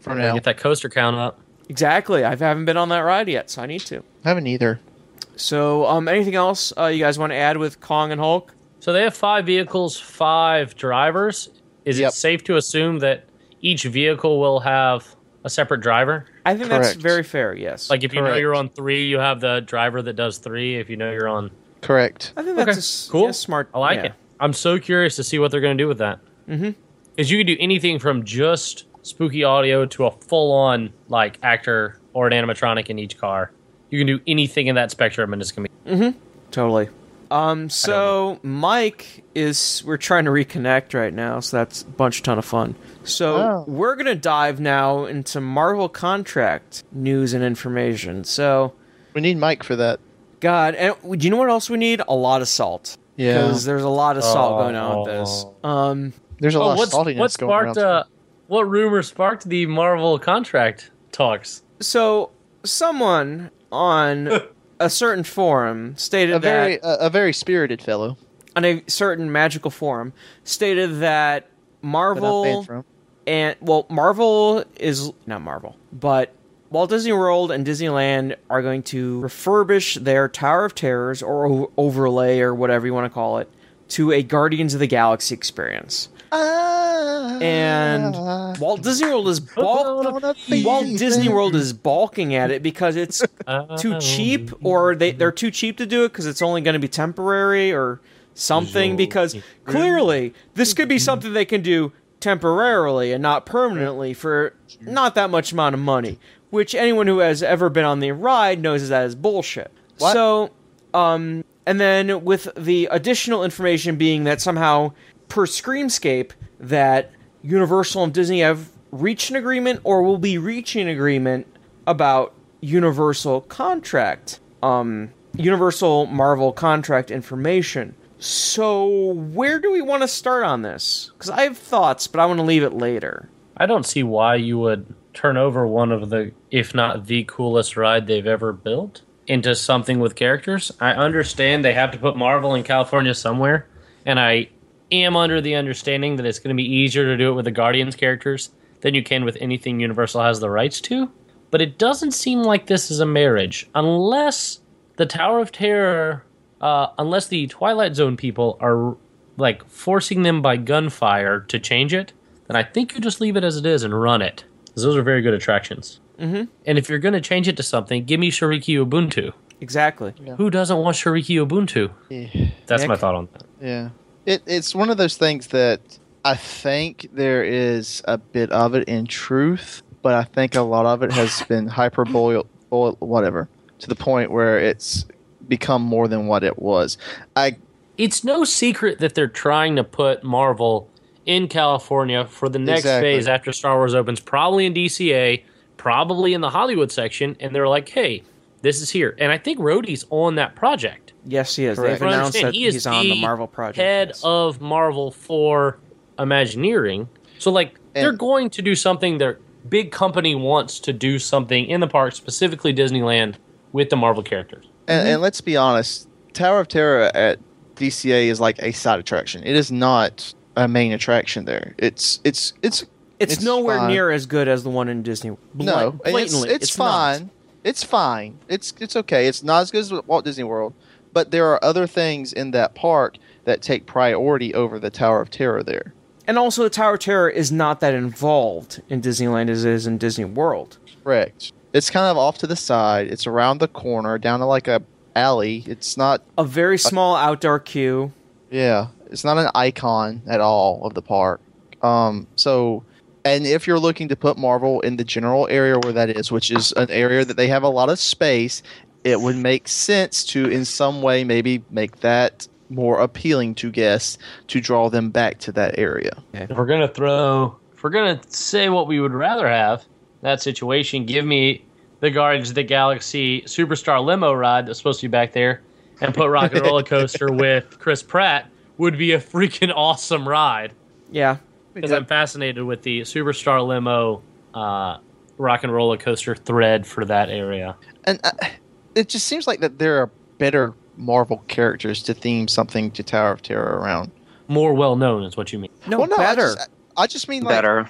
Speaker 2: For
Speaker 4: Gotta
Speaker 2: now,
Speaker 4: Get that coaster count up.
Speaker 1: Exactly, I haven't been on that ride yet, so I need to.
Speaker 2: haven't either.
Speaker 1: So, um, anything else uh, you guys want to add with Kong and Hulk?
Speaker 4: So they have five vehicles, five drivers. Is
Speaker 2: Yep.
Speaker 4: it safe to assume that each vehicle will have a separate driver?
Speaker 1: I think that's
Speaker 2: Correct.
Speaker 1: very fair. Yes,
Speaker 4: Like if you know
Speaker 2: Correct.
Speaker 4: you're on three, you have the driver that does three. If you know you're on,
Speaker 2: Correct.
Speaker 1: I think
Speaker 4: Okay,
Speaker 1: that's a s-
Speaker 4: cool.
Speaker 1: yeah, smart.
Speaker 4: I like
Speaker 1: yeah.
Speaker 4: it. I'm so curious to see what they're going to do with that. Mm-hmm. Because you could do anything from just spooky audio to a full-on like actor or an animatronic in each car. You can do anything in that spectrum, and it's gonna be
Speaker 1: Totally. Um, so Mike is we're trying to reconnect right now, so that's a bunch ton of fun. So
Speaker 2: Oh.
Speaker 1: we're gonna dive now into Marvel contract news and information. So
Speaker 2: We need Mike for that.
Speaker 1: God, and do you know what else we need? A lot of salt.
Speaker 2: Yeah.
Speaker 1: because there's a lot of salt going on with this. Um,
Speaker 2: There's a
Speaker 4: Oh,
Speaker 2: lot of
Speaker 4: what's,
Speaker 2: saltiness
Speaker 4: what
Speaker 2: going
Speaker 4: sparked
Speaker 2: around.
Speaker 4: uh, what rumor sparked the Marvel contract talks?
Speaker 1: so someone on a certain forum stated
Speaker 2: a
Speaker 1: that
Speaker 2: very a, a very spirited fellow
Speaker 1: on a certain magical forum stated that
Speaker 2: that I'm
Speaker 1: Marvel
Speaker 2: banned from.
Speaker 1: and well, Marvel is not Marvel, but Walt Disney World and Disneyland are going to refurbish their Tower of Terrors or o- overlay or whatever you want to call it to a Guardians of the Galaxy experience.
Speaker 2: Ah.
Speaker 1: And Walt Disney World is balk- Walt Disney World is balking at it because it's too cheap or they they're too cheap to do it because it's only going to be temporary or something because clearly this could be something they can do temporarily and not permanently for not that much amount of money which anyone who has ever been on the ride knows that is bullshit
Speaker 2: What?
Speaker 1: so um, and then with the additional information being that somehow per Screamscape that Universal and Disney have reached an agreement or will be reaching an agreement about Universal contract um Universal Marvel contract information. So where do we want to start on this? Cuz I have thoughts, but I want to leave it later.
Speaker 4: I don't see why you would turn over one of the, if not the coolest ride they've ever built, into something with characters. I understand they have to put Marvel in California somewhere, and I am under the understanding that it's going to be easier to do it with the Guardians characters than you can with anything Universal has the rights to. But it doesn't seem like this is a marriage, unless the Tower of Terror, uh, unless the Twilight Zone people are like forcing them by gunfire to change it, then I think you just leave it as it is and run it. 'Cause those are very good attractions. Mm-hmm. And if you're going to change it to something, give me Shariki Ubuntu.
Speaker 1: Exactly.
Speaker 4: Who doesn't want Shariki Ubuntu?
Speaker 2: Yeah.
Speaker 4: That's
Speaker 1: Nick?
Speaker 4: my thought on that.
Speaker 2: Yeah. It, it's one of those things that I think there is a bit of it in truth, but I think a lot of it has been hyperbole, bole- whatever, to the point where it's become more than what it was. I
Speaker 4: It's no secret that they're trying to put Marvel in California for the next
Speaker 2: Exactly.
Speaker 4: phase after Star Wars opens, probably in DCA, probably in the Hollywood section. And they're like, hey, this is here. And I think Rhodey's on that project.
Speaker 1: Yes, he is.
Speaker 2: Correct.
Speaker 1: They've
Speaker 4: From what I
Speaker 1: announced
Speaker 4: understand,
Speaker 1: that he's on the Marvel project.
Speaker 4: Head
Speaker 1: yes.
Speaker 4: of Marvel for Imagineering. So like they're
Speaker 2: And-
Speaker 4: going to do something their big company wants to do something in the park, specifically Disneyland, with the Marvel characters.
Speaker 1: Mm-hmm.
Speaker 2: and, and let's be honest, Tower of Terror at DCA is like a side attraction. It is not a main attraction there. It's it's it's
Speaker 1: it's,
Speaker 2: it's
Speaker 1: nowhere
Speaker 2: fine.
Speaker 1: near as good as the one in Disney. Bla-
Speaker 2: No, and it's,
Speaker 1: blatantly,
Speaker 2: it's,
Speaker 1: not.
Speaker 2: fine. It's fine. It's it's okay. It's not as good as Walt Disney World, but there are other things in that park that take priority over the Tower of Terror there.
Speaker 1: And also, the Tower of Terror is not that involved in Disneyland as it is in Disney World.
Speaker 2: Correct. It's kind of off to the side. It's around the corner, down to like a alley. It's not.
Speaker 1: A
Speaker 2: Uh,
Speaker 1: very small outdoor queue.
Speaker 2: Yeah, it's not an icon at all of the park. Um, so, and if you're looking to put Marvel in the general area where that is, which is an area that they have a lot of space, it would make sense to, in some way, maybe make that more appealing to guests to draw them back to that area.
Speaker 4: If we're gonna throw, if we're gonna say what we would rather have in that situation, give me the Guardians of the Galaxy Superstar limo ride that's supposed to be back there, and put Rocket Roller Coaster with Chris Pratt would be a freaking awesome ride
Speaker 1: Yeah.
Speaker 4: because I'm fascinated with the Superstar limo uh, Rock and Roller Coaster thread for that area.
Speaker 2: and I, it just seems like that there are better Marvel characters to theme something to Tower of Terror around.
Speaker 4: More well known is what you mean.
Speaker 1: No,
Speaker 2: Well, no, I
Speaker 1: better.
Speaker 2: just, uh, I just mean like,
Speaker 3: Better.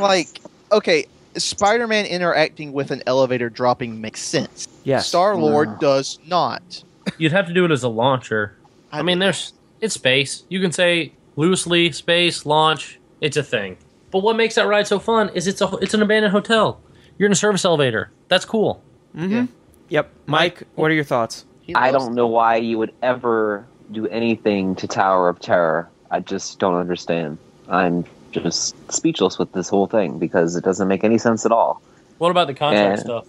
Speaker 2: like okay, Spider-Man interacting with an elevator dropping makes sense.
Speaker 1: yes.
Speaker 2: Star Lord
Speaker 3: Wow.
Speaker 4: Mm.
Speaker 2: does not.
Speaker 4: You'd have to do it as a launcher. I mean, there's it's space. You can say loosely space launch. It's a thing. But what makes that ride so fun is it's a it's an abandoned hotel. You're in a service elevator. That's cool.
Speaker 1: Mhm.
Speaker 2: Yeah.
Speaker 1: Yep. Mike, what are your thoughts?
Speaker 2: He
Speaker 3: I
Speaker 2: loves-
Speaker 3: don't know why you would ever do anything to Tower of Terror. I just don't understand. I'm just speechless with this whole thing because it doesn't make any sense at all.
Speaker 4: What about the contract
Speaker 3: Yeah.
Speaker 4: stuff?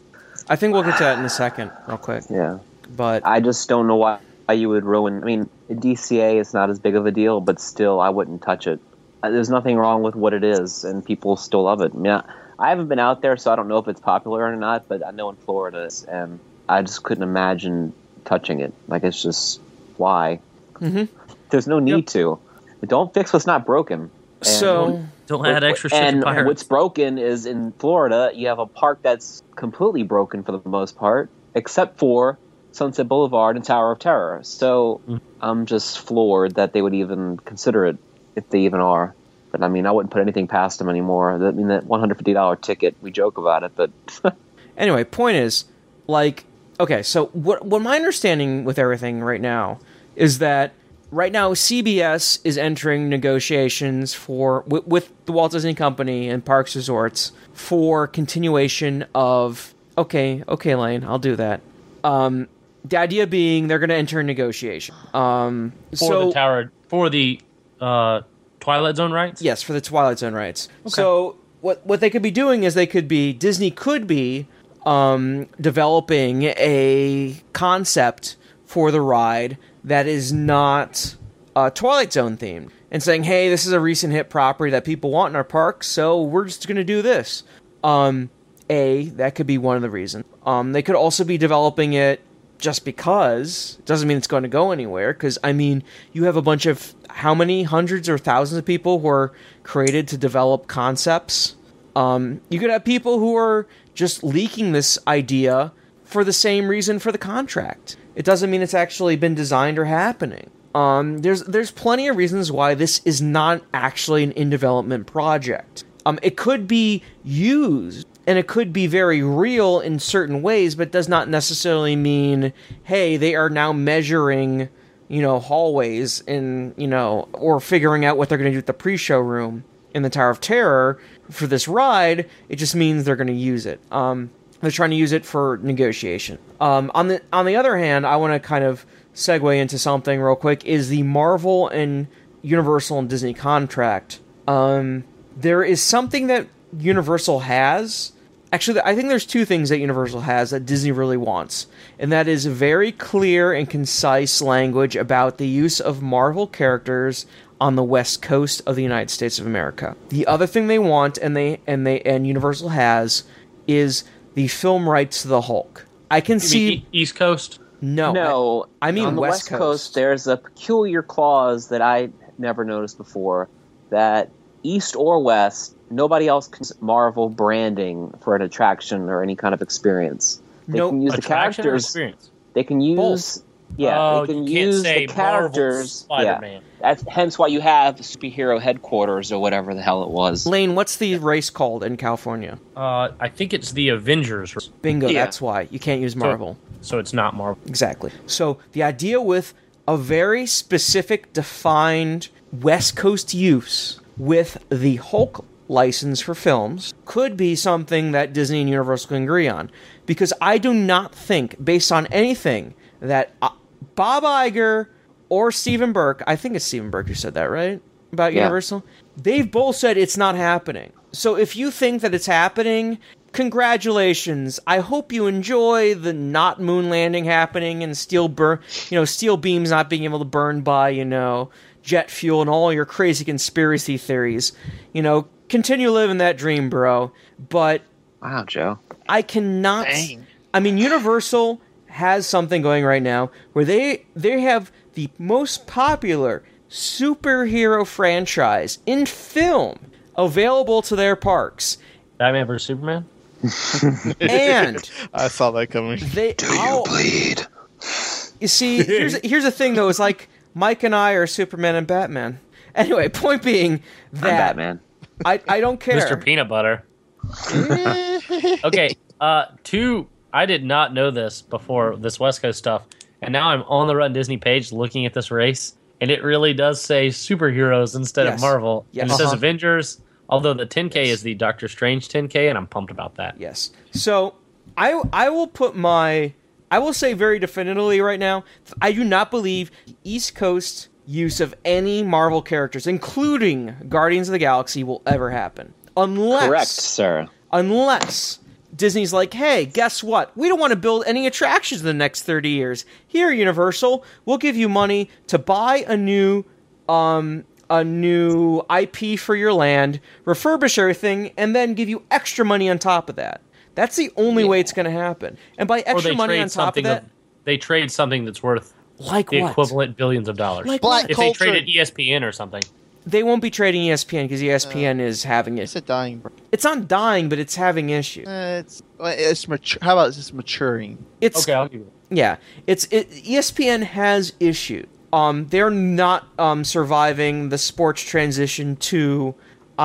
Speaker 1: I think we'll get to that in a second, real quick.
Speaker 3: Yeah.
Speaker 1: But
Speaker 3: I just don't know why why you would ruin. I mean, DCA is not as big of a deal, but still, I wouldn't touch it. Uh, There's nothing wrong with what it is, and people still love it. I, mean, I, I haven't been out there, so I don't know if it's popular or not, but I know in Florida, it's- and I just couldn't imagine touching it. Like, it's just why?
Speaker 1: Mhm.
Speaker 3: There's no need
Speaker 4: Yep.
Speaker 3: to. Don't fix what's not broken. And-
Speaker 1: so
Speaker 4: Don't add extra shit to
Speaker 3: and
Speaker 4: pirates.
Speaker 3: what's broken is in Florida, you have a park that's completely broken for the most part, except for Sunset Boulevard and Tower of Terror. So
Speaker 4: Mm.
Speaker 3: I'm just floored that they would even consider it if they even are. But I mean, I wouldn't put anything past them anymore. I mean, that $150 ticket, we joke about it, but
Speaker 1: anyway, point is, like, okay, so what what my understanding with everything right now is that right now CBS is entering negotiations for with, with the Walt Disney Company and Parks Resorts for continuation of okay, okay, Lane, I'll do that. Um, the idea being they're going to enter a negotiation. Um,
Speaker 4: for
Speaker 1: so
Speaker 4: the tower for the uh, Twilight Zone rights.
Speaker 1: Yes, for the Twilight Zone rights. So what what they could be doing is they could be Disney could be um, developing a concept for the ride that is not uh, Twilight Zone themed, and saying, "Hey, this is a recent hit property that people want in our park, so we're just going to do this." Um, a that could be one of the reasons. Um, they could also be developing it just because It doesn't mean it's going to go anywhere. Because I mean, you have a bunch of how many hundreds or thousands of people who are created to develop concepts. Um, you could have people who are just leaking this idea for the same reason for the contract. It doesn't mean it's actually been designed or happening. Um, there's there's plenty of reasons why this is not actually an in development project. Um, it could be used and it could be very real in certain ways, but does not necessarily mean hey they are now measuring you know hallways in you know or figuring out what they're going to do with the pre-show room in the Tower of Terror for this ride. It just means they're going to use it. Um, they're trying to use it for negotiation. Um, on the on the other hand, I want to kind of segue into something real quick. Is the Marvel and Universal and Disney contract? Um, there is something that Universal has. Actually, I think there's two things that Universal has that Disney really wants, and that is very clear and concise language about the use of Marvel characters on the west coast of the United States of America. The other thing they want, and they and they and Universal has, is the film rights to the Hulk. I can
Speaker 4: You mean
Speaker 1: see
Speaker 4: E- East Coast.
Speaker 1: no,
Speaker 3: no.
Speaker 1: I mean
Speaker 3: on the
Speaker 1: West
Speaker 3: West,
Speaker 1: Coast.
Speaker 3: Coast. there's a peculiar clause that I never noticed before that East or West, nobody else can use Marvel branding for an attraction or any kind of experience. They
Speaker 1: Nope.
Speaker 3: can use the
Speaker 4: Attraction or
Speaker 3: characters.
Speaker 4: experience.
Speaker 3: They can use Yeah,
Speaker 4: oh,
Speaker 3: they can
Speaker 4: you can't
Speaker 3: use
Speaker 4: say
Speaker 3: the
Speaker 4: Marvel
Speaker 3: characters. yeah,
Speaker 4: Spider-Man.
Speaker 3: that's hence why you have superhero headquarters or whatever the hell it was.
Speaker 1: Lane, what's the race called in California?
Speaker 4: Uh, I think it's the Avengers,
Speaker 1: Bingo,
Speaker 3: Yeah.
Speaker 1: that's why. You can't use Marvel.
Speaker 4: so it's not Marvel.
Speaker 1: Exactly. So the idea with a very specific, defined West Coast use with the Hulk license for films could be something that Disney and Universal can agree on. Because I do not think, based on anything, that uh, Bob Iger or Steven Burke, I think it's Steven Burke who said that, right? About
Speaker 3: Yeah.
Speaker 1: Universal? They've both said it's not happening. So if you think that it's happening, congratulations. I hope you enjoy the not moon landing happening and steel burn, you know, steel beams not being able to burn by, you know, jet fuel and all your crazy conspiracy theories. You know, continue living that dream, bro. But
Speaker 3: Wow, Joe.
Speaker 1: I cannot.
Speaker 2: Dang.
Speaker 1: I mean, Universal has something going right now where they they have the most popular superhero franchise in film available to their parks,
Speaker 4: Batman versus Superman.
Speaker 1: and
Speaker 2: I saw that coming.
Speaker 1: they. I'll-
Speaker 3: bleed?
Speaker 1: You see, here's here's the thing though. It's like Mike and I are Superman and Batman. Anyway, point being that
Speaker 3: I'm Batman.
Speaker 1: I I don't care.
Speaker 4: Mr. Peanut Butter. okay, uh, two. I did not know this before this West Coast stuff, and now I'm on the Run Disney page looking at this race, and it really does say superheroes instead
Speaker 1: Yes.
Speaker 4: of Marvel. And it
Speaker 1: Yes.
Speaker 4: says
Speaker 1: Uh-huh.
Speaker 4: Avengers, although the 10K is the Doctor Strange 10K, and I'm pumped about that.
Speaker 1: Yes. So I I will put my I will say very definitively right now I do not believe the East Coast use of any Marvel characters, including Guardians of the Galaxy, will ever happen unless
Speaker 3: Correct, sir.
Speaker 1: unless Disney's like, hey, guess what? We don't want to build any attractions in the next 30 years. Here, Universal, we'll give you money to buy a new um a new IP for your land, refurbish everything, and then give you extra money on top of that. That's the only way it's going to happen. And by
Speaker 4: Or
Speaker 1: extra
Speaker 4: they
Speaker 1: money
Speaker 4: trade
Speaker 1: on top of
Speaker 4: something
Speaker 1: that,
Speaker 4: they trade something that's worth
Speaker 1: like
Speaker 4: the
Speaker 1: what?
Speaker 4: equivalent billions of dollars.
Speaker 1: Like
Speaker 2: Black
Speaker 1: what?
Speaker 4: if
Speaker 2: culture.
Speaker 4: they traded E ESPN or something.
Speaker 1: They won't be trading E ESPN because ESPN is having
Speaker 2: it's
Speaker 1: it.
Speaker 2: a dying. Brand.
Speaker 1: It's not dying, but it's having issues.
Speaker 2: Uh, it's it's mature. How about it's just maturing?
Speaker 1: It's
Speaker 4: Okay, I'll give you
Speaker 1: Yeah, it's it, E ESPN has issued. Um, they're not um, surviving the sports transition to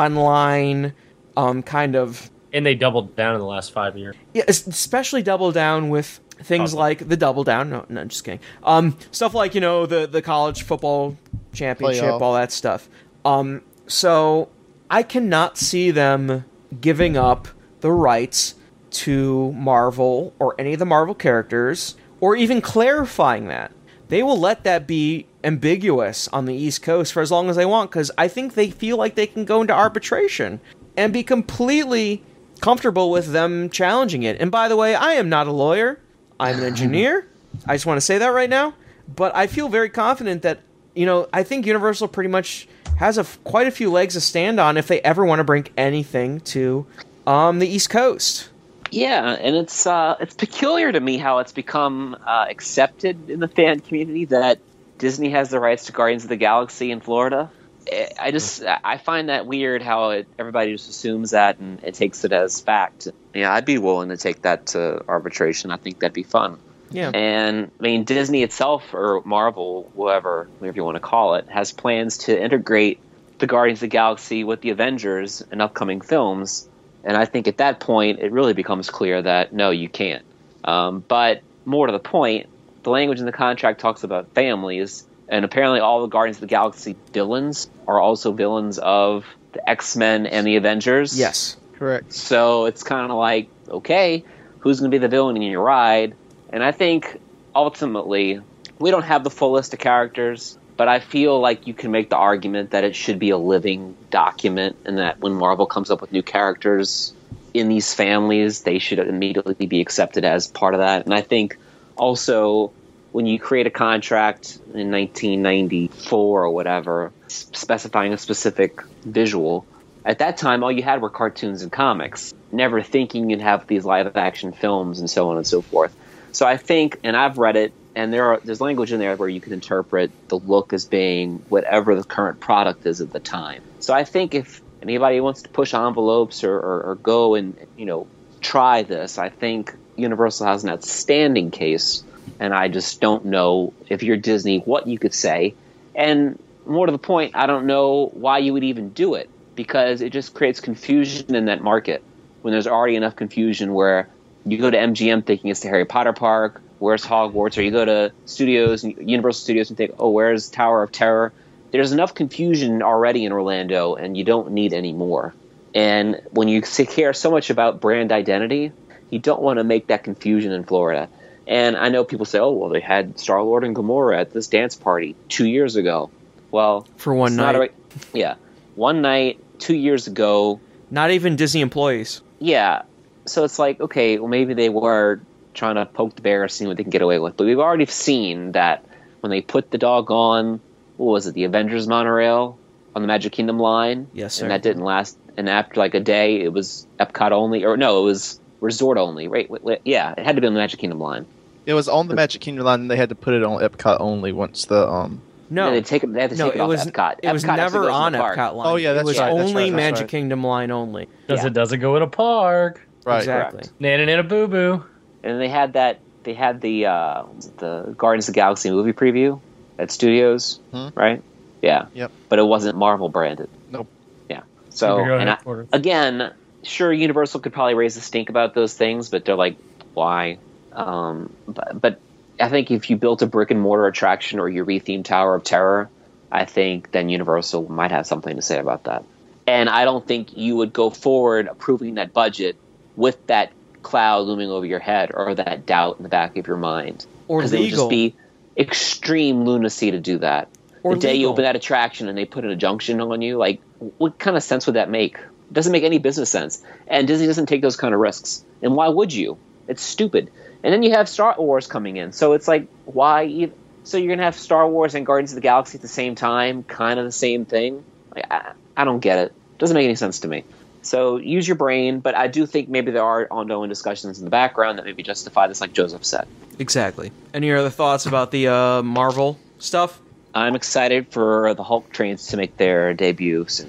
Speaker 1: online um, kind of
Speaker 4: that. And they doubled down in the last five years.
Speaker 1: yeah, es- especially double down with things
Speaker 4: Double.
Speaker 1: like the double down. No, no, just kidding. Um, stuff like you know the the college football championship,
Speaker 2: Playoff.
Speaker 1: all that stuff. Um, so I cannot see them giving up the rights to Marvel or any of the Marvel characters, or even clarifying that they will let that be ambiguous on the East Coast for as long as they want because I think they feel like they can go into arbitration and be completely comfortable with them challenging it. And by the way, I am not a lawyer, I'm an engineer. I just want to say that right now. But I feel very confident that, you know, I think Universal pretty much has a f- quite a few legs to stand on if they ever want to bring anything to um, the East Coast.
Speaker 3: Yeah, and it's uh, it's peculiar to me how it's become uh, accepted in the fan community that Disney has the rights to Guardians of the Galaxy in Florida. I- I just I find that weird how it, everybody just assumes that and it takes it as fact. Yeah, I'd be willing to take that to arbitration. I think that'd be fun.
Speaker 1: Yeah.
Speaker 3: And I mean, Disney itself or Marvel, whatever, whatever you want to call it, has plans to integrate the Guardians of the Galaxy with the Avengers in upcoming films. And I think at that point, it really becomes clear that no, you can't. Um, but more to the point, the language in the contract talks about families, and apparently all the Guardians of the Galaxy villains are also villains of the X Men and the Avengers.
Speaker 1: Yes.
Speaker 2: Correct.
Speaker 3: So it's kind of like, okay, who's going to be the villain in your ride? And I think ultimately, we don't have the full list of characters, but I feel like you can make the argument that it should be a living document and that when Marvel comes up with new characters in these families, they should immediately be accepted as part of that. And I think also when you create a contract in 1994 or whatever, s- specifying a specific visual, at that time all you had were cartoons and comics, never thinking you'd have these live action films and so on and so forth. So I think, and I've read it, and there are there's language in there where you can interpret the look as being whatever the current product is at the time. So I think if anybody wants to push envelopes or, or, or go and you know try this, I think Universal has an outstanding case and I just don't know if you're Disney what you could say. And more to the point, I don't know why you would even do it because it just creates confusion in that market when there's already enough confusion where you go to MGM thinking it's the Harry Potter park, where's Hogwarts, or you go to studios, Universal Studios, and think, oh, where's Tower of Terror? There's enough confusion already in Orlando, and you don't need any more. And when you care so much about brand identity, you don't want to make that confusion in Florida. And I know people say, oh, well, they had Star Lord and Gamora at this dance party two years ago. Well,
Speaker 1: For one
Speaker 3: it's not
Speaker 1: night.
Speaker 3: a- yeah. One night, two years ago,
Speaker 1: Not even Disney employees.
Speaker 3: yeah. So it's like, okay, well, maybe they were trying to poke the bear, see what they can get away with. But we've already seen that when they put the dog on, what was it, the Avengers monorail on the Magic Kingdom line?
Speaker 1: Yes, sir.
Speaker 3: And that didn't last. And after like a day, it was Epcot only, or no, it was resort only, right? Wait, wait, Yeah, it had to be on the Magic Kingdom line.
Speaker 2: It was on the Magic Kingdom line, and they had to put it on Epcot only once the um.
Speaker 1: No,
Speaker 3: And they take it. They had to
Speaker 1: no,
Speaker 3: take it,
Speaker 1: it
Speaker 3: off
Speaker 1: was
Speaker 3: Epcot.
Speaker 1: It was
Speaker 3: Epcot actually
Speaker 1: never
Speaker 3: goes in
Speaker 1: on
Speaker 3: the park.
Speaker 1: Epcot line.
Speaker 2: Oh, yeah,
Speaker 1: it
Speaker 2: that's
Speaker 1: was
Speaker 2: right, that's
Speaker 1: only
Speaker 2: right, that's
Speaker 1: Magic
Speaker 2: right.
Speaker 1: Kingdom line only.
Speaker 4: Because
Speaker 3: Yeah.
Speaker 4: it doesn't go in a park.
Speaker 2: Right.
Speaker 1: exactly.
Speaker 3: correct.
Speaker 4: Nana Nana Boo Boo.
Speaker 3: And they had that. They had the uh, the Guardians of the Galaxy movie preview at Studios,
Speaker 2: Mhm.
Speaker 3: right? Yeah.
Speaker 2: Yep.
Speaker 3: But it wasn't Marvel branded.
Speaker 2: Nope.
Speaker 3: Yeah. So
Speaker 4: Superhero
Speaker 3: and I,
Speaker 4: headquarters.
Speaker 3: again, sure, Universal could probably raise a stink about those things, but they're like, why? Um, but, but I think if you built a brick and mortar attraction or you rethemed Tower of Terror, I think then Universal might have something to say about that. And I don't think you would go forward approving that budget with that cloud looming over your head or that doubt in the back of your mind.
Speaker 1: Or
Speaker 3: Because it would
Speaker 1: legal.
Speaker 3: just be extreme lunacy to do that.
Speaker 1: Or
Speaker 3: the day you
Speaker 1: legal.
Speaker 3: open that attraction and they put an injunction on you, like what kind of sense would that make? Doesn't make any business sense. And Disney doesn't take those kind of risks. And why would you? It's stupid. And then you have Star Wars coming in, so it's like why? Even, so you're gonna have Star Wars and Guardians of the Galaxy at the same time, kind of the same thing. Like, I, I don't get it. Doesn't make any sense to me. So use your brain, but I do think maybe there are ongoing discussions in the background that maybe justify this, like Joseph said.
Speaker 1: Exactly. Any other thoughts about the uh, Marvel stuff?
Speaker 3: I'm excited for the Hulk trains to make their debut soon.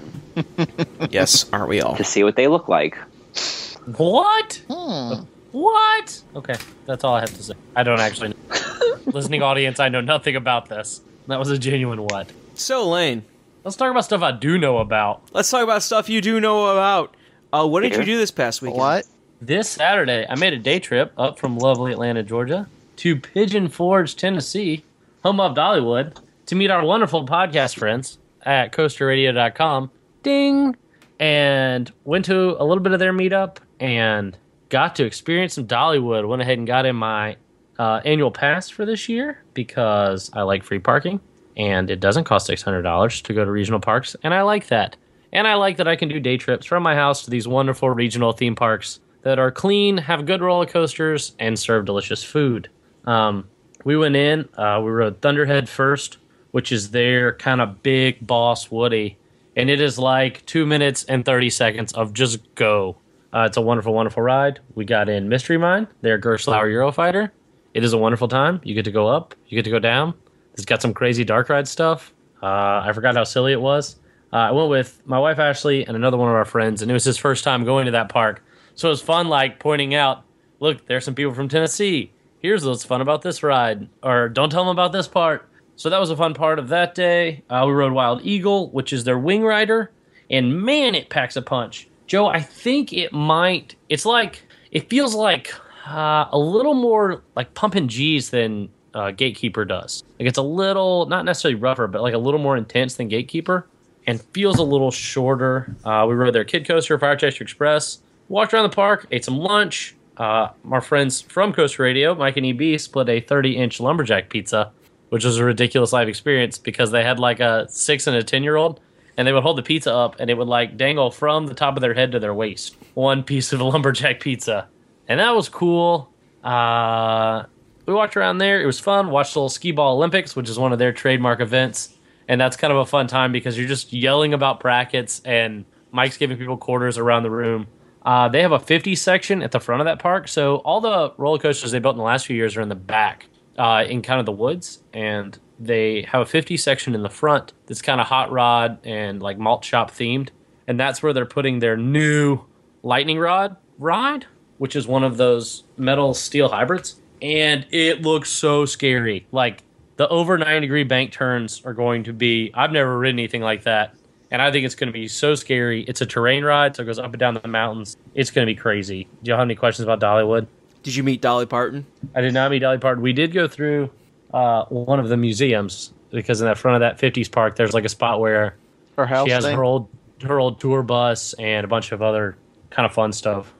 Speaker 1: yes, aren't we all?
Speaker 3: to see what they look like.
Speaker 4: What?
Speaker 2: Hmm.
Speaker 4: What? Okay, that's all I have to say. I don't actually know. Listening audience, I know nothing about this. That was a genuine what.
Speaker 1: So Lane,
Speaker 4: Let's talk about stuff I do know about.
Speaker 1: let's talk about stuff you do know about. Uh, what did
Speaker 3: Peter?
Speaker 1: you do this past weekend?
Speaker 2: What?
Speaker 4: This Saturday, I made a day trip up from lovely Atlanta, Georgia, to Pigeon Forge, Tennessee, home of Dollywood, to meet our wonderful podcast friends at coasterradio.com. Ding! And went to a little bit of their meetup and got to experience some Dollywood. Went ahead and got in my uh, annual pass for this year because I like free parking and it doesn't cost $600 to go to regional parks, and I like that. And I like that I can do day trips from my house to these wonderful regional theme parks that are clean, have good roller coasters, and serve delicious food. Um, we went in, uh, we rode Thunderhead first, which is their kind of big boss Woody. And it is like two minutes and 30 seconds of just go. Uh, it's a wonderful, wonderful ride. We got in Mystery Mine, their Gerslauer Eurofighter. It is a wonderful time. You get to go up, you get to go down. It's got some crazy dark ride stuff. Uh, I forgot how silly it was. Uh, I went with my wife Ashley and another one of our friends, and it was his first time going to that park. So it was fun, like pointing out, look, there's some people from Tennessee. Here's what's fun about this ride, or don't tell them about this part. So that was a fun part of that day. Uh, we rode Wild Eagle, which is their wing rider, and man, it packs a punch. Joe, I think it might. It's like it feels like uh, a little more like pumping G's than uh, Gatekeeper does. Like it's a little, not necessarily rougher, but like a little more intense than Gatekeeper and feels a little shorter. Uh, we rode their Kid Coaster, Fire Chester Express, walked around the park, ate some lunch. Uh, our friends from Coast Radio, Mike and EB, split a 30 inch lumberjack pizza, which was a ridiculous life experience because they had like a six and a 10 year old, and they would hold the pizza up and it would like dangle from the top of their head to their waist. One piece of lumberjack pizza. And that was cool. Uh, we walked around there. It was fun. Watched the little Skee Ball Olympics, which is one of their trademark events. And that's kind of a fun time because you're just yelling about brackets and Mike's giving people quarters around the room. Uh, they have a 50 section at the front of that park. So all the roller coasters they built in the last few years are in the back uh, in kind of the woods. And they have a 50 section in the front that's kind of hot rod and like malt shop themed. And that's where they're putting their new lightning rod ride, which is one of those metal steel hybrids. and it looks so scary. Like the over nine degree bank turns are going to be. I've never ridden anything like that, and I think it's going to be so scary. It's a terrain ride, so it goes up and down the mountains. It's going to be crazy. Do y'all have any questions about Dollywood?
Speaker 1: Did you meet Dolly Parton?
Speaker 4: I did not meet Dolly Parton. We did go through uh, one of the museums because in the front of that '50s park, there's like a spot where
Speaker 2: Her house
Speaker 4: she has
Speaker 2: thing.
Speaker 4: her old her old tour bus and a bunch of other kind of fun stuff.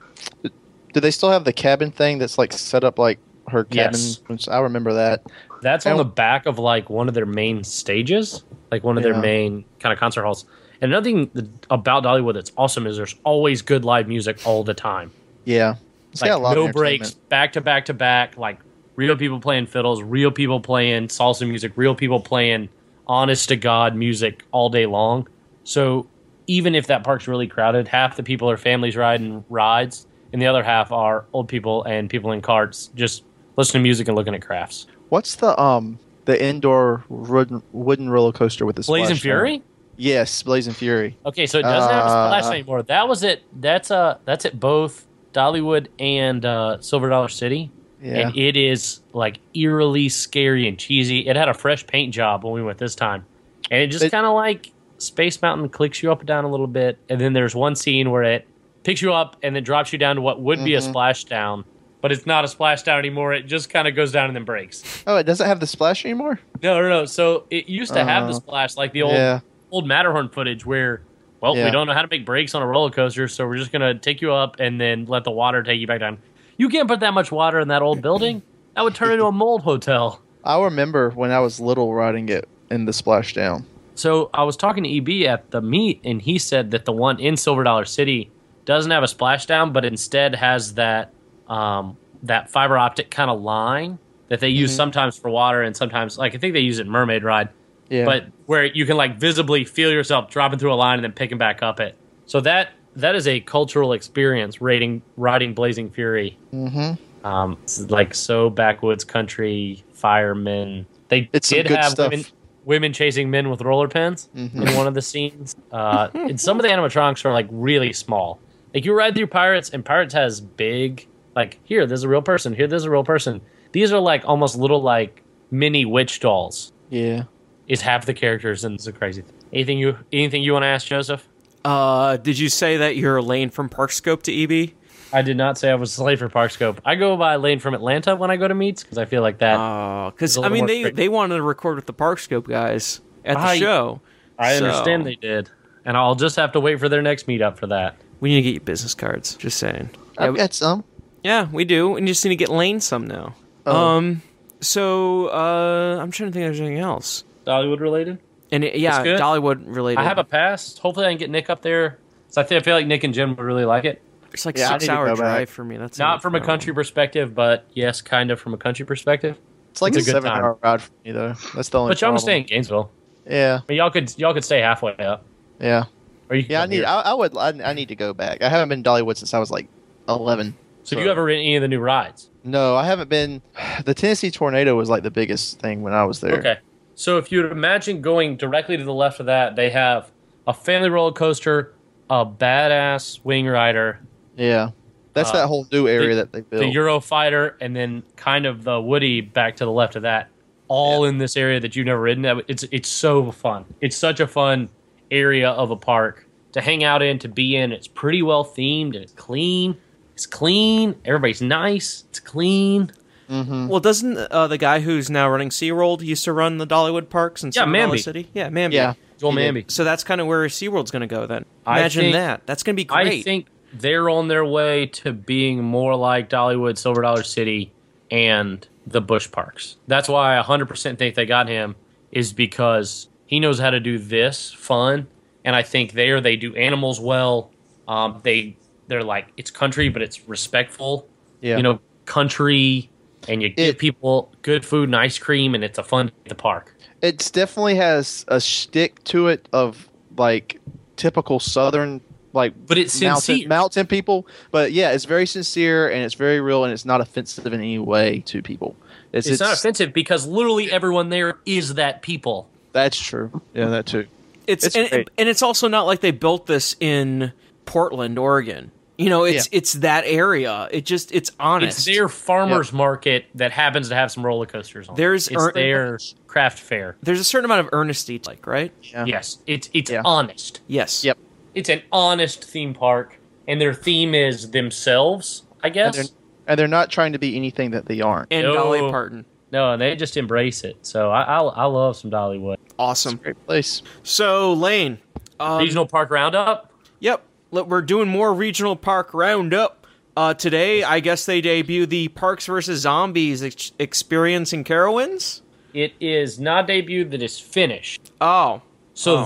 Speaker 2: Do they still have the cabin thing that's like set up like her cabin?
Speaker 4: Yes.
Speaker 2: I remember that.
Speaker 4: That's on
Speaker 2: And-
Speaker 4: the back of like one of their main stages, like one of
Speaker 2: Yeah.
Speaker 4: their main kind of concert halls. And another thing th- about Dollywood that's awesome is there's always good live music all the time.
Speaker 2: Yeah. It's got a lot
Speaker 4: Like
Speaker 2: of
Speaker 4: no
Speaker 2: entertainment.
Speaker 4: breaks, back to back to back, like real people playing fiddles, real people playing salsa music, real people playing honest to God music all day long. So even if that park's really crowded, half the people are families riding rides, and the other half are old people and people in carts just listening to music and looking at crafts.
Speaker 2: What's the um the indoor wooden, wooden roller coaster with the
Speaker 4: Blaze and
Speaker 2: splash down?
Speaker 4: Fury?
Speaker 2: Yes, Blazing Fury.
Speaker 4: Okay, so it doesn't have a splash
Speaker 2: Uh,
Speaker 4: anymore. That was it. That's uh that's at both Dollywood and uh, Silver Dollar City,
Speaker 2: Yeah.
Speaker 4: and it is like eerily scary and cheesy. It had a fresh paint job when we went this time, and it just
Speaker 2: It-
Speaker 4: kind of like Space Mountain clicks you up and down a little bit, and then there's one scene where it picks you up and then drops you down to what would be
Speaker 2: Mm-hmm.
Speaker 4: a splashdown, but it's not a splashdown anymore. It just kind of goes down and then breaks.
Speaker 2: oh, it doesn't have the splash anymore.
Speaker 4: No, no, no. So it used to have the
Speaker 2: Oh.
Speaker 4: splash, like the old
Speaker 2: Yeah.
Speaker 4: old Matterhorn footage, where well,
Speaker 2: Yeah.
Speaker 4: we don't know how to make brakes on a roller coaster, so we're just gonna take you up and then let the water take you back down. You can't put that much water in that old building. That would turn into a mold hotel.
Speaker 2: I remember when I was little riding it in the splashdown.
Speaker 4: So I was talking to EB at the meet, and he said that the one in Silver Dollar City doesn't have a splashdown, but instead has that um, that fiber optic kind of line that they use sometimes for water and sometimes, like I think they use it in Mermaid Ride.
Speaker 2: Yeah.
Speaker 4: but where you can like visibly feel yourself dropping through a line and then picking back up it. So that that is a cultural experience. Raiding, riding Blazing Fury,
Speaker 2: hmm
Speaker 4: um, it's like so backwoods country firemen. They
Speaker 2: It's some
Speaker 4: did
Speaker 2: good
Speaker 4: have
Speaker 2: stuff. Mm-hmm.
Speaker 4: women women chasing men with roller pins in one of the scenes. Uh, and some of the animatronics are like really small. Like you ride through Pirates, and Pirates has big like here. There's a real person. Here, there's a real person. These are like almost little like mini witch dolls
Speaker 2: yeah.
Speaker 4: is half the characters and it's a crazy thing. Anything you anything you want to ask Joseph?
Speaker 1: Uh, did you say that you're Elaine from Parkscope to E EB?
Speaker 4: I did not say I was a slave for Parkscope. I go by Lane from Atlanta when I go to meets because I feel like that.
Speaker 2: Ah,
Speaker 1: Oh, because I
Speaker 4: a little
Speaker 1: mean
Speaker 4: more
Speaker 1: they
Speaker 4: straight.
Speaker 1: they wanted to record with the Parkscope guys at the
Speaker 4: I-
Speaker 1: show.
Speaker 4: I
Speaker 1: so
Speaker 4: understand they did, and I'll just have to wait for their next meetup for that.
Speaker 1: We need to get you business cards. Just saying. Yeah,
Speaker 2: I've
Speaker 1: we-
Speaker 2: got some.
Speaker 1: yeah, we do. And you just need to get Lane some now.
Speaker 2: Oh.
Speaker 1: Um, so uh, I'm trying to think of anything else.
Speaker 4: Dollywood related.
Speaker 1: And it, yeah,
Speaker 4: That's good.
Speaker 1: Dollywood related.
Speaker 4: I have a pass. Hopefully, I can get Nick up there. So I think I feel like Nick and Jim would really like it.
Speaker 1: it's like
Speaker 2: Yeah, I
Speaker 1: six
Speaker 2: need to
Speaker 1: hour
Speaker 2: go back.
Speaker 1: drive for me. That's
Speaker 4: Not from a
Speaker 1: problem.
Speaker 4: country perspective, but yes, kind of from a country perspective.
Speaker 2: It's like
Speaker 4: it's a
Speaker 2: a,
Speaker 4: good
Speaker 2: seven
Speaker 4: time.
Speaker 2: hour ride for me though. That's the only.
Speaker 4: But y'all can
Speaker 2: problem.
Speaker 4: stay in Gainesville.
Speaker 2: Yeah.
Speaker 4: But y'all could y'all could stay halfway up.
Speaker 2: Yeah.
Speaker 4: Or you could
Speaker 2: Yeah. I
Speaker 4: come
Speaker 2: need.
Speaker 4: here.
Speaker 2: I, I would. I, I need to go back. I haven't been to Dollywood since I was like eleven.
Speaker 4: so have you ever ridden any of the new rides?
Speaker 2: No, I haven't been. The Tennessee tornado was like the biggest thing when I was there.
Speaker 4: Okay. So if you would imagine going directly to the left of that, they have a family roller coaster, a badass wing rider,
Speaker 2: Yeah. That's
Speaker 4: Uh,
Speaker 2: that whole new area
Speaker 4: the-
Speaker 2: that they
Speaker 4: the
Speaker 2: built.
Speaker 4: Euro fighter, and then kind of the Woody back to the left of that. All in this area that you've never ridden. That- It's it's so fun. It's such a fun area of a park to hang out in, to be in. It's pretty well themed and it's clean. It's clean. Everybody's nice. It's clean.
Speaker 1: Well, doesn't uh, the guy who's now running SeaWorld used to run the Dollywood parks in
Speaker 4: Yeah,
Speaker 1: Silver Dollar
Speaker 4: Manby.
Speaker 1: City? Yeah, Mamby.
Speaker 2: yeah.
Speaker 4: Joel
Speaker 2: He did.
Speaker 4: Manby.
Speaker 1: So that's kind of where SeaWorld's going to go then.
Speaker 4: I
Speaker 1: Imagine
Speaker 4: think-
Speaker 1: that. That's going to be great.
Speaker 4: I think they're on their way to being more like Dollywood, Silver Dollar City, and the Bush Parks. That's why I 100% think they got him, is because he knows how to do this fun. And I think there they do animals well. Um, they they're like it's country, but it's respectful.
Speaker 2: Yeah.
Speaker 4: You know, country, and you give
Speaker 2: It-
Speaker 4: people good food and ice cream, and it's a fun day at the park.
Speaker 2: It's definitely has a shtick to it of like typical Southern like
Speaker 4: But it's
Speaker 2: mountain,
Speaker 4: sincere.
Speaker 2: mountain people. But yeah, it's very sincere and it's very real and it's not offensive in any way to people. It's,
Speaker 4: It's, not
Speaker 2: it's-
Speaker 4: offensive because literally everyone there is that people.
Speaker 2: That's true. Yeah, that too.
Speaker 1: it's,
Speaker 2: It's
Speaker 1: and,
Speaker 2: great.
Speaker 1: and it's also not like they built this in Portland, Oregon. You know, it's it's that area. It just it's honest.
Speaker 4: It's their farmers market that happens to have some roller coasters on. it.
Speaker 1: There's
Speaker 4: it's
Speaker 1: Ern-
Speaker 4: their craft fair.
Speaker 1: There's a certain amount of earnesty, like right?
Speaker 2: Yeah.
Speaker 4: Yes, it's it's
Speaker 2: Yeah.
Speaker 4: honest.
Speaker 1: Yes.
Speaker 2: Yep.
Speaker 4: It's an honest theme park, and their theme is themselves. I
Speaker 2: And they're,
Speaker 4: guess
Speaker 2: and they're not trying to be anything that they aren't.
Speaker 1: And
Speaker 4: No.
Speaker 1: Dolly Parton,
Speaker 4: no, and they just embrace it. So I I, I love some Dollywood
Speaker 2: It's a
Speaker 1: awesome.
Speaker 2: great place.
Speaker 1: So Lane, um,
Speaker 4: regional park roundup.
Speaker 1: Yep, Look, we're doing more regional park roundup. Uh, today, I guess they debut the Parks vs. Zombies ex- experience in Carowinds.
Speaker 4: It is not debuted that is finished.
Speaker 1: Oh,
Speaker 4: So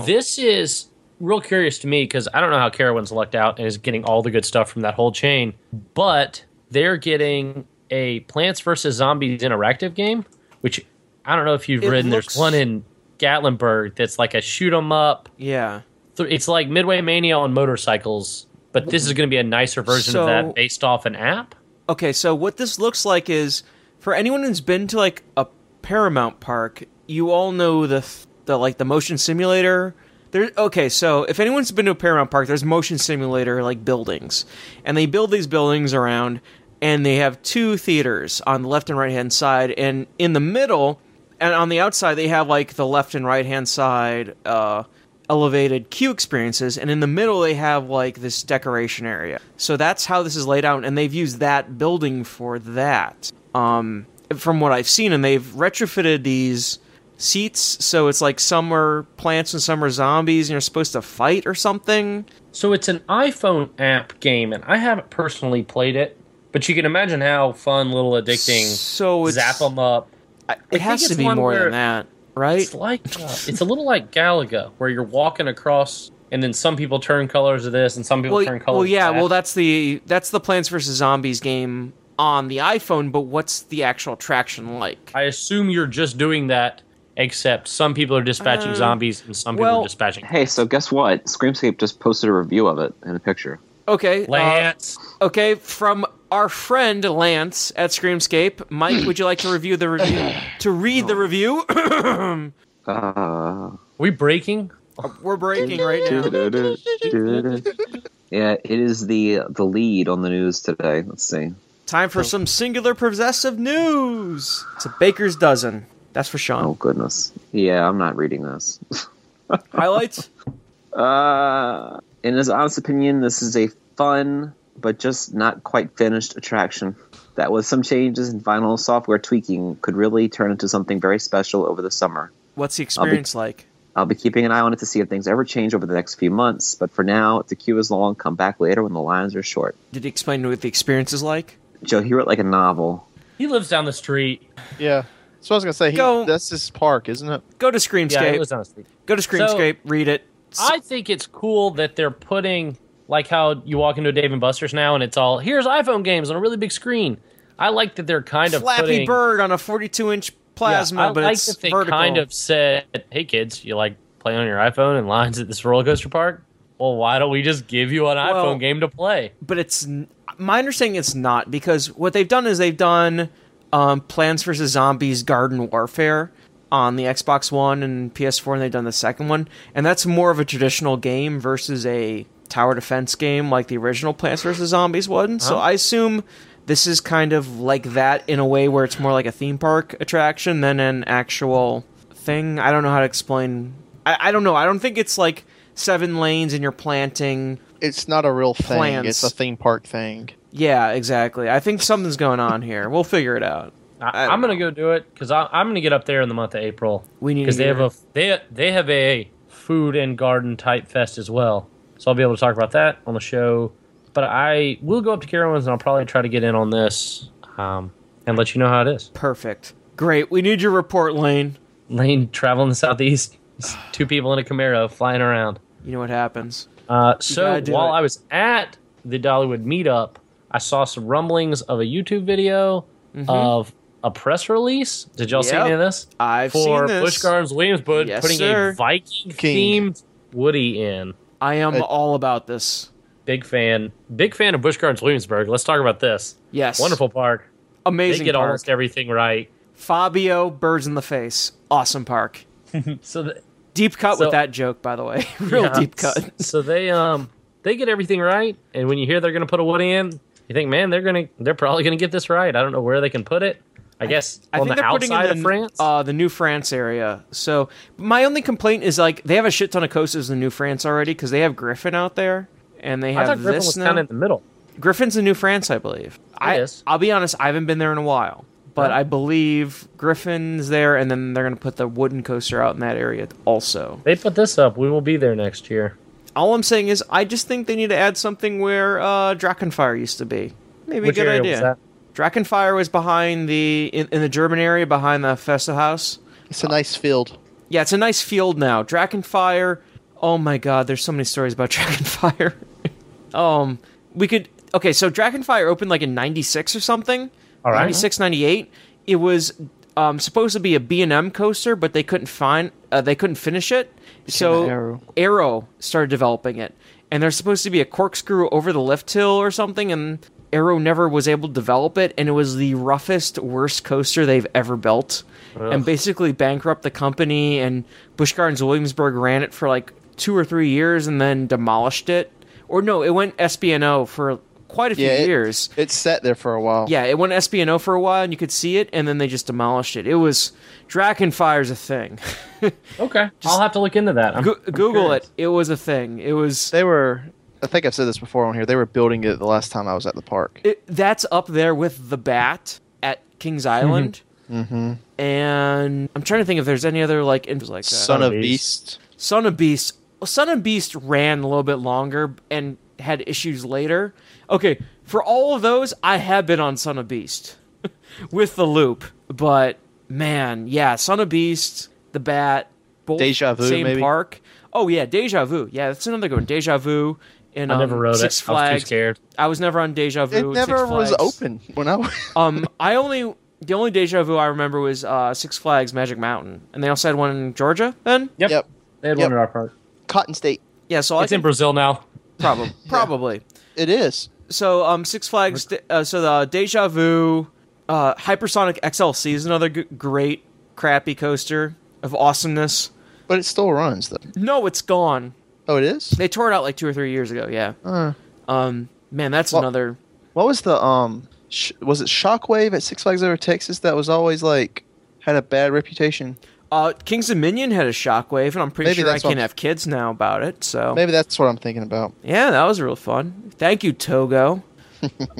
Speaker 1: Oh.
Speaker 4: this is real curious to me because I don't know how Carowinds lucked out and is getting all the good stuff from that whole chain, but they're getting a Plants vs Zombies interactive game, which I don't know if you've
Speaker 1: It
Speaker 4: ridden.
Speaker 1: looks-
Speaker 4: There's one in Gatlinburg that's like a shoot 'em up.
Speaker 1: yeah.
Speaker 4: Th- It's like Midway Mania on motorcycles, but this is going to be a nicer version
Speaker 1: So-
Speaker 4: of that based off an app.
Speaker 1: Okay, so what this looks like is for anyone who's been to like a Paramount park, you all know the the like the motion simulator. There okay, so if anyone's been to a Paramount park, there's motion simulator like buildings. And they build these buildings around and they have two theaters on the left and right hand side and in the middle and on the outside they have like the left and right hand side uh elevated queue experiences and in the middle they have like this decoration area so that's how this is laid out and they've used that building for that um from what i've seen and they've retrofitted these seats so it's like some are plants and some are zombies and you're supposed to fight or something
Speaker 4: So it's an iPhone app game, and I haven't personally played it, but you can imagine how fun, little addicting,
Speaker 1: So it's-
Speaker 4: zap 'em up.
Speaker 1: I- it has
Speaker 4: think
Speaker 1: to
Speaker 4: it's
Speaker 1: be
Speaker 4: one
Speaker 1: more
Speaker 4: where
Speaker 1: than that right
Speaker 4: It's like uh, it's a little like Galaga, where you're walking across, and then some people turn colors of this, and some people
Speaker 1: well,
Speaker 4: turn colors.
Speaker 1: well, yeah
Speaker 4: of that.
Speaker 1: well that's the that's the plants vs zombies game on the iphone but what's the actual attraction like
Speaker 4: I assume you're just doing that, except some people are dispatching
Speaker 1: Uh,
Speaker 4: zombies and some people
Speaker 1: well- uh,
Speaker 4: are dispatching.
Speaker 3: Hey, so guess what? Screamscape just posted a review of it and a picture.
Speaker 1: okay uh,
Speaker 4: Lance,
Speaker 1: Okay, from our friend Lance at Screamscape, Mike, would you like to review the review? to read the review,
Speaker 3: Uh,
Speaker 4: are we breaking?
Speaker 1: we're breaking right now.
Speaker 3: yeah, it is the the lead on the news today. Let's see.
Speaker 1: Time for some singular possessive news. It's a baker's dozen. That's for
Speaker 3: Oh
Speaker 1: Sean.
Speaker 3: goodness. Yeah, I'm not reading this.
Speaker 1: Highlights.
Speaker 3: Uh, in his honest opinion, this is a fun but just not quite finished attraction that, with some changes and final software tweaking, could really turn into something very special over the summer.
Speaker 1: What's the experience like?
Speaker 3: I'll be keeping an eye on it to see if things ever change over the next few months. But for now, if the queue is long, come back later when the lines are short.
Speaker 1: Did he explain what the experience is like?
Speaker 3: Joe, hear it like a novel.
Speaker 4: He lives down the street.
Speaker 2: Yeah. So I was gonna say, he,
Speaker 1: Go-
Speaker 2: that's his park, isn't it?
Speaker 1: Go to Screamscape.
Speaker 4: Yeah, he lives down the street.
Speaker 1: Go to Screamscape. read it. S-
Speaker 4: I think it's cool that they're putting like how you walk into a Dave and Buster's now and it's all here's iPhone games on a really big screen. I like that they're kind of
Speaker 1: Flappy
Speaker 4: putting,
Speaker 1: Bird on a 42-inch plasma,
Speaker 4: Yeah, I
Speaker 1: but
Speaker 4: like
Speaker 1: it's
Speaker 4: that they
Speaker 1: vertical.
Speaker 4: kind of said, "Hey kids, you like playing on your iPhone in lines at this roller coaster park? Well, why don't we just give you an
Speaker 1: Well-
Speaker 4: iPhone game to play?"
Speaker 1: but it's n- my understanding it's not because what they've done is they've done um, Plants vs Zombies Garden Warfare on the Xbox One and PS4, and they've done the second one, and that's more of a traditional game versus a tower defense game like the original Plants vs Zombies one. So I assume this is kind of like that in a way where it's more like a theme park attraction than an actual thing. I don't know how to explain. I, I don't know. I don't think it's like seven lanes and you're planting
Speaker 2: It's not a real thing.
Speaker 1: Plants.
Speaker 2: It's a theme park thing.
Speaker 1: yeah, exactly. I think something's going on here. We'll figure it out. I
Speaker 4: I,
Speaker 1: don't
Speaker 4: I'm gonna go do it because I'm gonna get up there in the month of April.
Speaker 1: We need
Speaker 4: because
Speaker 1: to
Speaker 4: they
Speaker 1: get
Speaker 4: have
Speaker 1: her-
Speaker 4: a they they have a food and garden type fest as well. So I'll be able to talk about that on the show. But I will go up to Carowinds and I'll probably try to get in on this um, and let you know how it is.
Speaker 1: Perfect. Great. We need your report, Lane.
Speaker 4: Lane traveling the southeast, two people in a Camaro flying around.
Speaker 1: You know what happens.
Speaker 4: Uh, so
Speaker 1: gotta do
Speaker 4: while
Speaker 1: it.
Speaker 4: I was at the Dollywood meetup, I saw some rumblings of a YouTube video of a press release. Did y'all see
Speaker 1: Mm-hmm. Yep.
Speaker 4: any of this?
Speaker 1: I've seen
Speaker 4: For
Speaker 1: this.
Speaker 4: Busch Gardens Williamsburg
Speaker 1: Yes,
Speaker 4: putting
Speaker 1: sir.
Speaker 4: a Viking themed Woody in.
Speaker 1: I am
Speaker 2: Uh,
Speaker 1: all about this.
Speaker 4: Big fan. Big fan of Busch Gardens Williamsburg. Let's talk about this.
Speaker 1: Yes.
Speaker 4: Wonderful park.
Speaker 1: Amazing
Speaker 4: they get
Speaker 1: park.
Speaker 4: almost everything right.
Speaker 1: Fabio, birds in the face. Awesome park.
Speaker 4: So th-
Speaker 1: Deep cut
Speaker 4: So-
Speaker 1: with that joke, by the way. Real
Speaker 4: yeah,
Speaker 1: deep cut.
Speaker 4: So they um they get everything right. And when you hear they're going to put a wood in, you think, man, they're going to they're probably going to get this right. I don't know where they can put it. I guess
Speaker 1: I
Speaker 4: on
Speaker 1: think
Speaker 4: the
Speaker 1: they're putting in
Speaker 4: outside
Speaker 1: the,
Speaker 4: of France.
Speaker 1: uh, the New France area. So my only complaint is like they have a shit ton of coasters in New France already because they have Griffin out there and they
Speaker 4: I
Speaker 1: have
Speaker 4: thought Griffin
Speaker 1: this
Speaker 4: was
Speaker 1: now.
Speaker 4: kind of in the middle.
Speaker 1: Griffin's in New France, I believe. I,
Speaker 4: is.
Speaker 1: I'll be honest, I haven't been there in a while, but
Speaker 4: Huh.
Speaker 1: I believe Griffin's there, and then they're going to put the wooden coaster out in that area also.
Speaker 4: They put this up. We will be there next year.
Speaker 1: All I'm saying is, I just think they need to add something where uh, Drakenfire used to be. Maybe
Speaker 4: Which
Speaker 1: a good
Speaker 4: area
Speaker 1: idea.
Speaker 4: was that?
Speaker 1: Drakenfire was behind the in, in the German area behind the Festa House.
Speaker 2: It's a nice field.
Speaker 1: Yeah, it's a nice field now. Drakenfire. Oh my god, there's so many stories about Drakenfire. um, we could okay. So Drakenfire opened like in '96 or something.
Speaker 4: All right.
Speaker 1: 96, 98. It was um, supposed to be a B and M coaster, but they couldn't find uh, they couldn't finish it. so
Speaker 2: an Arrow.
Speaker 1: Arrow started developing it, and there's supposed to be a corkscrew over the lift hill or something, and Arrow never was able to develop it, and it was the roughest, worst coaster they've ever built, and basically bankrupt the company. And Busch Gardens Williamsburg ran it for like two or three years, and then demolished it. Or no, it went SBNO for quite a few
Speaker 2: Yeah, it-
Speaker 1: years.
Speaker 2: It sat there for a while.
Speaker 1: Yeah, it went SBNO for a while, and you could see it, and then they just demolished it. It was Drakenfire's a thing.
Speaker 4: Okay. I'll have to look into that. I'm,
Speaker 1: Go-
Speaker 4: I'm
Speaker 1: Google
Speaker 4: curious.
Speaker 1: it. It was a thing. It was.
Speaker 2: They were. I think I've said this before on here. They were building it the last time I was at the park.
Speaker 1: It, that's up there with the bat at King's Island. Mm-hmm. And I'm trying to think if there's any other like in- like uh, that.
Speaker 2: Son of
Speaker 4: Beast.
Speaker 2: Beast.
Speaker 1: Son of Beast. well, Son of Beast ran a little bit longer and had issues later. Okay, for all of those, I have been on Son of Beast with the loop, but man, yeah, Son of Beast, the bat, both
Speaker 2: Deja Vu,
Speaker 1: same
Speaker 2: maybe?
Speaker 1: park. Oh yeah, Deja Vu. Yeah, that's another good one. Deja Vu. And, um,
Speaker 4: I never rode
Speaker 1: Six
Speaker 4: it.
Speaker 1: Flags.
Speaker 4: I was too scared.
Speaker 1: I was never on Deja Vu.
Speaker 2: It
Speaker 1: and
Speaker 2: never
Speaker 1: Six
Speaker 2: was
Speaker 1: Flags.
Speaker 2: open when I. was-
Speaker 1: Um, I only the only Deja Vu I remember was uh, Six Flags Magic Mountain, and they also had one in Georgia. Then
Speaker 4: Yep.
Speaker 2: yep.
Speaker 4: They had
Speaker 2: Yep.
Speaker 4: one in our park.
Speaker 2: Cotton State.
Speaker 1: yeah, so I
Speaker 4: It's in
Speaker 1: can-
Speaker 4: Brazil now.
Speaker 1: probably probably.
Speaker 2: It is.
Speaker 1: So um, Six Flags. Uh, so the Deja Vu, uh, Hypersonic XLC is another g- great crappy coaster of awesomeness.
Speaker 2: But it still runs though.
Speaker 1: No, it's gone.
Speaker 2: Oh, it is.
Speaker 1: They tore it out like two or three years ago. Yeah.
Speaker 2: Uh,
Speaker 1: Um, man, that's
Speaker 2: Well-
Speaker 1: another.
Speaker 2: what was the um? Sh- was it Shockwave at Six Flags Over Texas that was always like had a bad reputation?
Speaker 1: Uh, Kings Dominion had a shockwave, and I'm pretty
Speaker 2: Maybe
Speaker 1: sure I
Speaker 2: that's what-
Speaker 1: can't have kids now about it. So
Speaker 2: Maybe that's what I'm thinking about.
Speaker 1: Yeah, that was real fun. Thank you, Togo.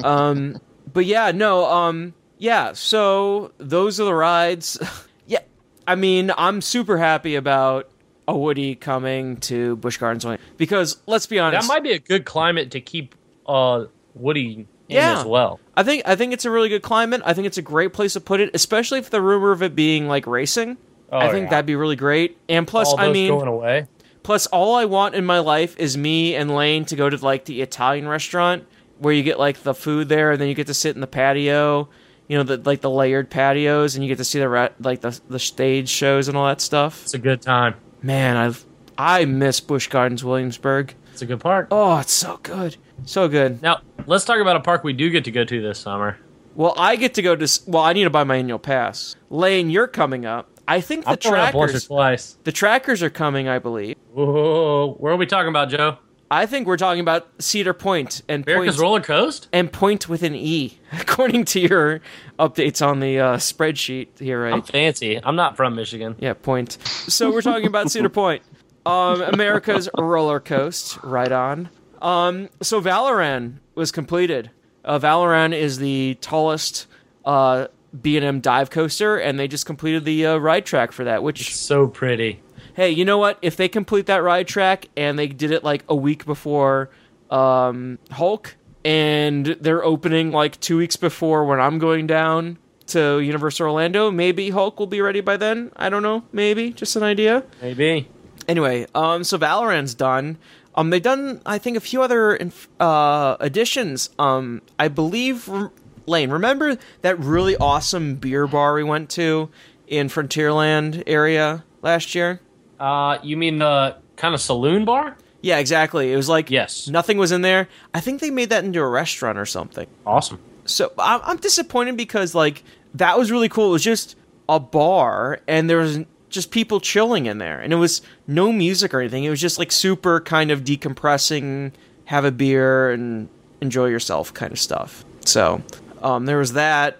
Speaker 1: um, but yeah, no, um, yeah. So those are the rides. yeah, I mean, I'm super happy about a Woody coming to Busch Gardens Lane because let's be
Speaker 4: That
Speaker 1: honest,
Speaker 4: might be a good climate to keep uh, Woody in
Speaker 1: Yeah.
Speaker 4: as well.
Speaker 1: I think I think it's a really good climate. I think it's a great place to put it, especially if the rumor of it being like racing.
Speaker 4: Oh,
Speaker 1: I think
Speaker 4: yeah.
Speaker 1: that'd be really great. And plus,
Speaker 4: All
Speaker 1: I
Speaker 4: those
Speaker 1: mean,
Speaker 4: going away.
Speaker 1: Plus, all I want in my life is me and Lane to go to like the Italian restaurant where you get like the food there, and then you get to sit in the patio, you know, the like the layered patios, and you get to see the re- like the the stage shows and all that stuff.
Speaker 4: It's a good time.
Speaker 1: Man, I've I miss Busch Gardens Williamsburg.
Speaker 4: It's a good park.
Speaker 1: Oh, it's so good, so good.
Speaker 4: Now let's talk about a park we do get to go to this summer.
Speaker 1: Well, I get to go to. s- Well, I need to buy my annual pass. Lane, you're coming up. I think the
Speaker 4: I've thrown up once or
Speaker 1: trackers.
Speaker 4: twice.
Speaker 1: The trackers are coming, I believe.
Speaker 4: Whoa, where are we talking about, Joe?
Speaker 1: I think we're talking about Cedar Point and
Speaker 4: America's
Speaker 1: Point-
Speaker 4: Roller Coast?
Speaker 1: and point with an e, according to your updates on the uh, spreadsheet here, right?
Speaker 4: I'm fancy. I'm not from Michigan.
Speaker 1: yeah, point. So we're talking about Cedar Point, um, America's roller coast. Right on. Um, so Valoran was completed. Uh, Valoran is the tallest uh, B&M dive coaster, and they just completed the uh, ride track for that. Which,
Speaker 4: So pretty.
Speaker 1: hey, you know what? If they complete that ride track and they did it like a week before um, Hulk, and they're opening like two weeks before when I'm going down to Universal Orlando. Maybe Hulk will be ready by then. I don't know. Maybe just an idea.
Speaker 4: Maybe.
Speaker 1: Anyway, um, so Valorant's done. Um, they've done I think a few other inf- uh additions. Um, I believe rem- Lane. Remember that really awesome beer bar we went to in Frontierland area last year?
Speaker 4: Uh, you mean the kind of saloon bar?
Speaker 1: Yeah, exactly. It was like
Speaker 4: Yes.
Speaker 1: nothing was in there. I think they made that into a restaurant or something.
Speaker 4: Awesome.
Speaker 1: so I'm, I'm disappointed because like that was really cool. It was just a bar and there was just people chilling in there, and it was no music or anything. It was just like super kind of decompressing have a beer and enjoy yourself kind of stuff. So um, there was that.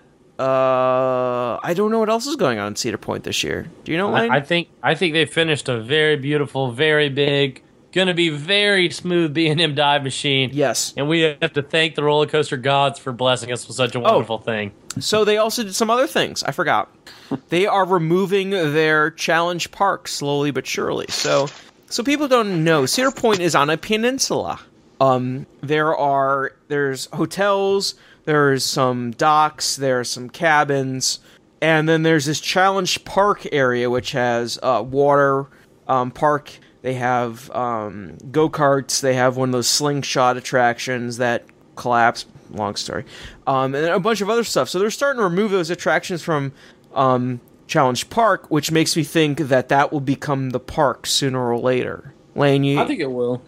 Speaker 1: Uh, I don't know what else is going on in Cedar Point this year. Do you know? Lane?
Speaker 4: I, I think I think they finished a very beautiful, very big, gonna be very smooth B and M dive machine.
Speaker 1: yes.
Speaker 4: And we have to thank the roller coaster gods for blessing us with
Speaker 1: Oh.
Speaker 4: such a wonderful thing.
Speaker 1: So they also did some other things. I forgot. they are removing their challenge park slowly but surely. So, so people don't know Cedar Point is on a peninsula. Um, there are there's hotels, there's some docks, there are some cabins, and then there's this challenge park area which has uh, water um, park. They have um, go karts. They have one of those slingshot attractions that collapse. Long story, um, and a bunch of other stuff. So they're starting to remove those attractions from um, Challenge Park, which makes me think that that will become the park sooner or later. Lane, you,
Speaker 5: I think it will.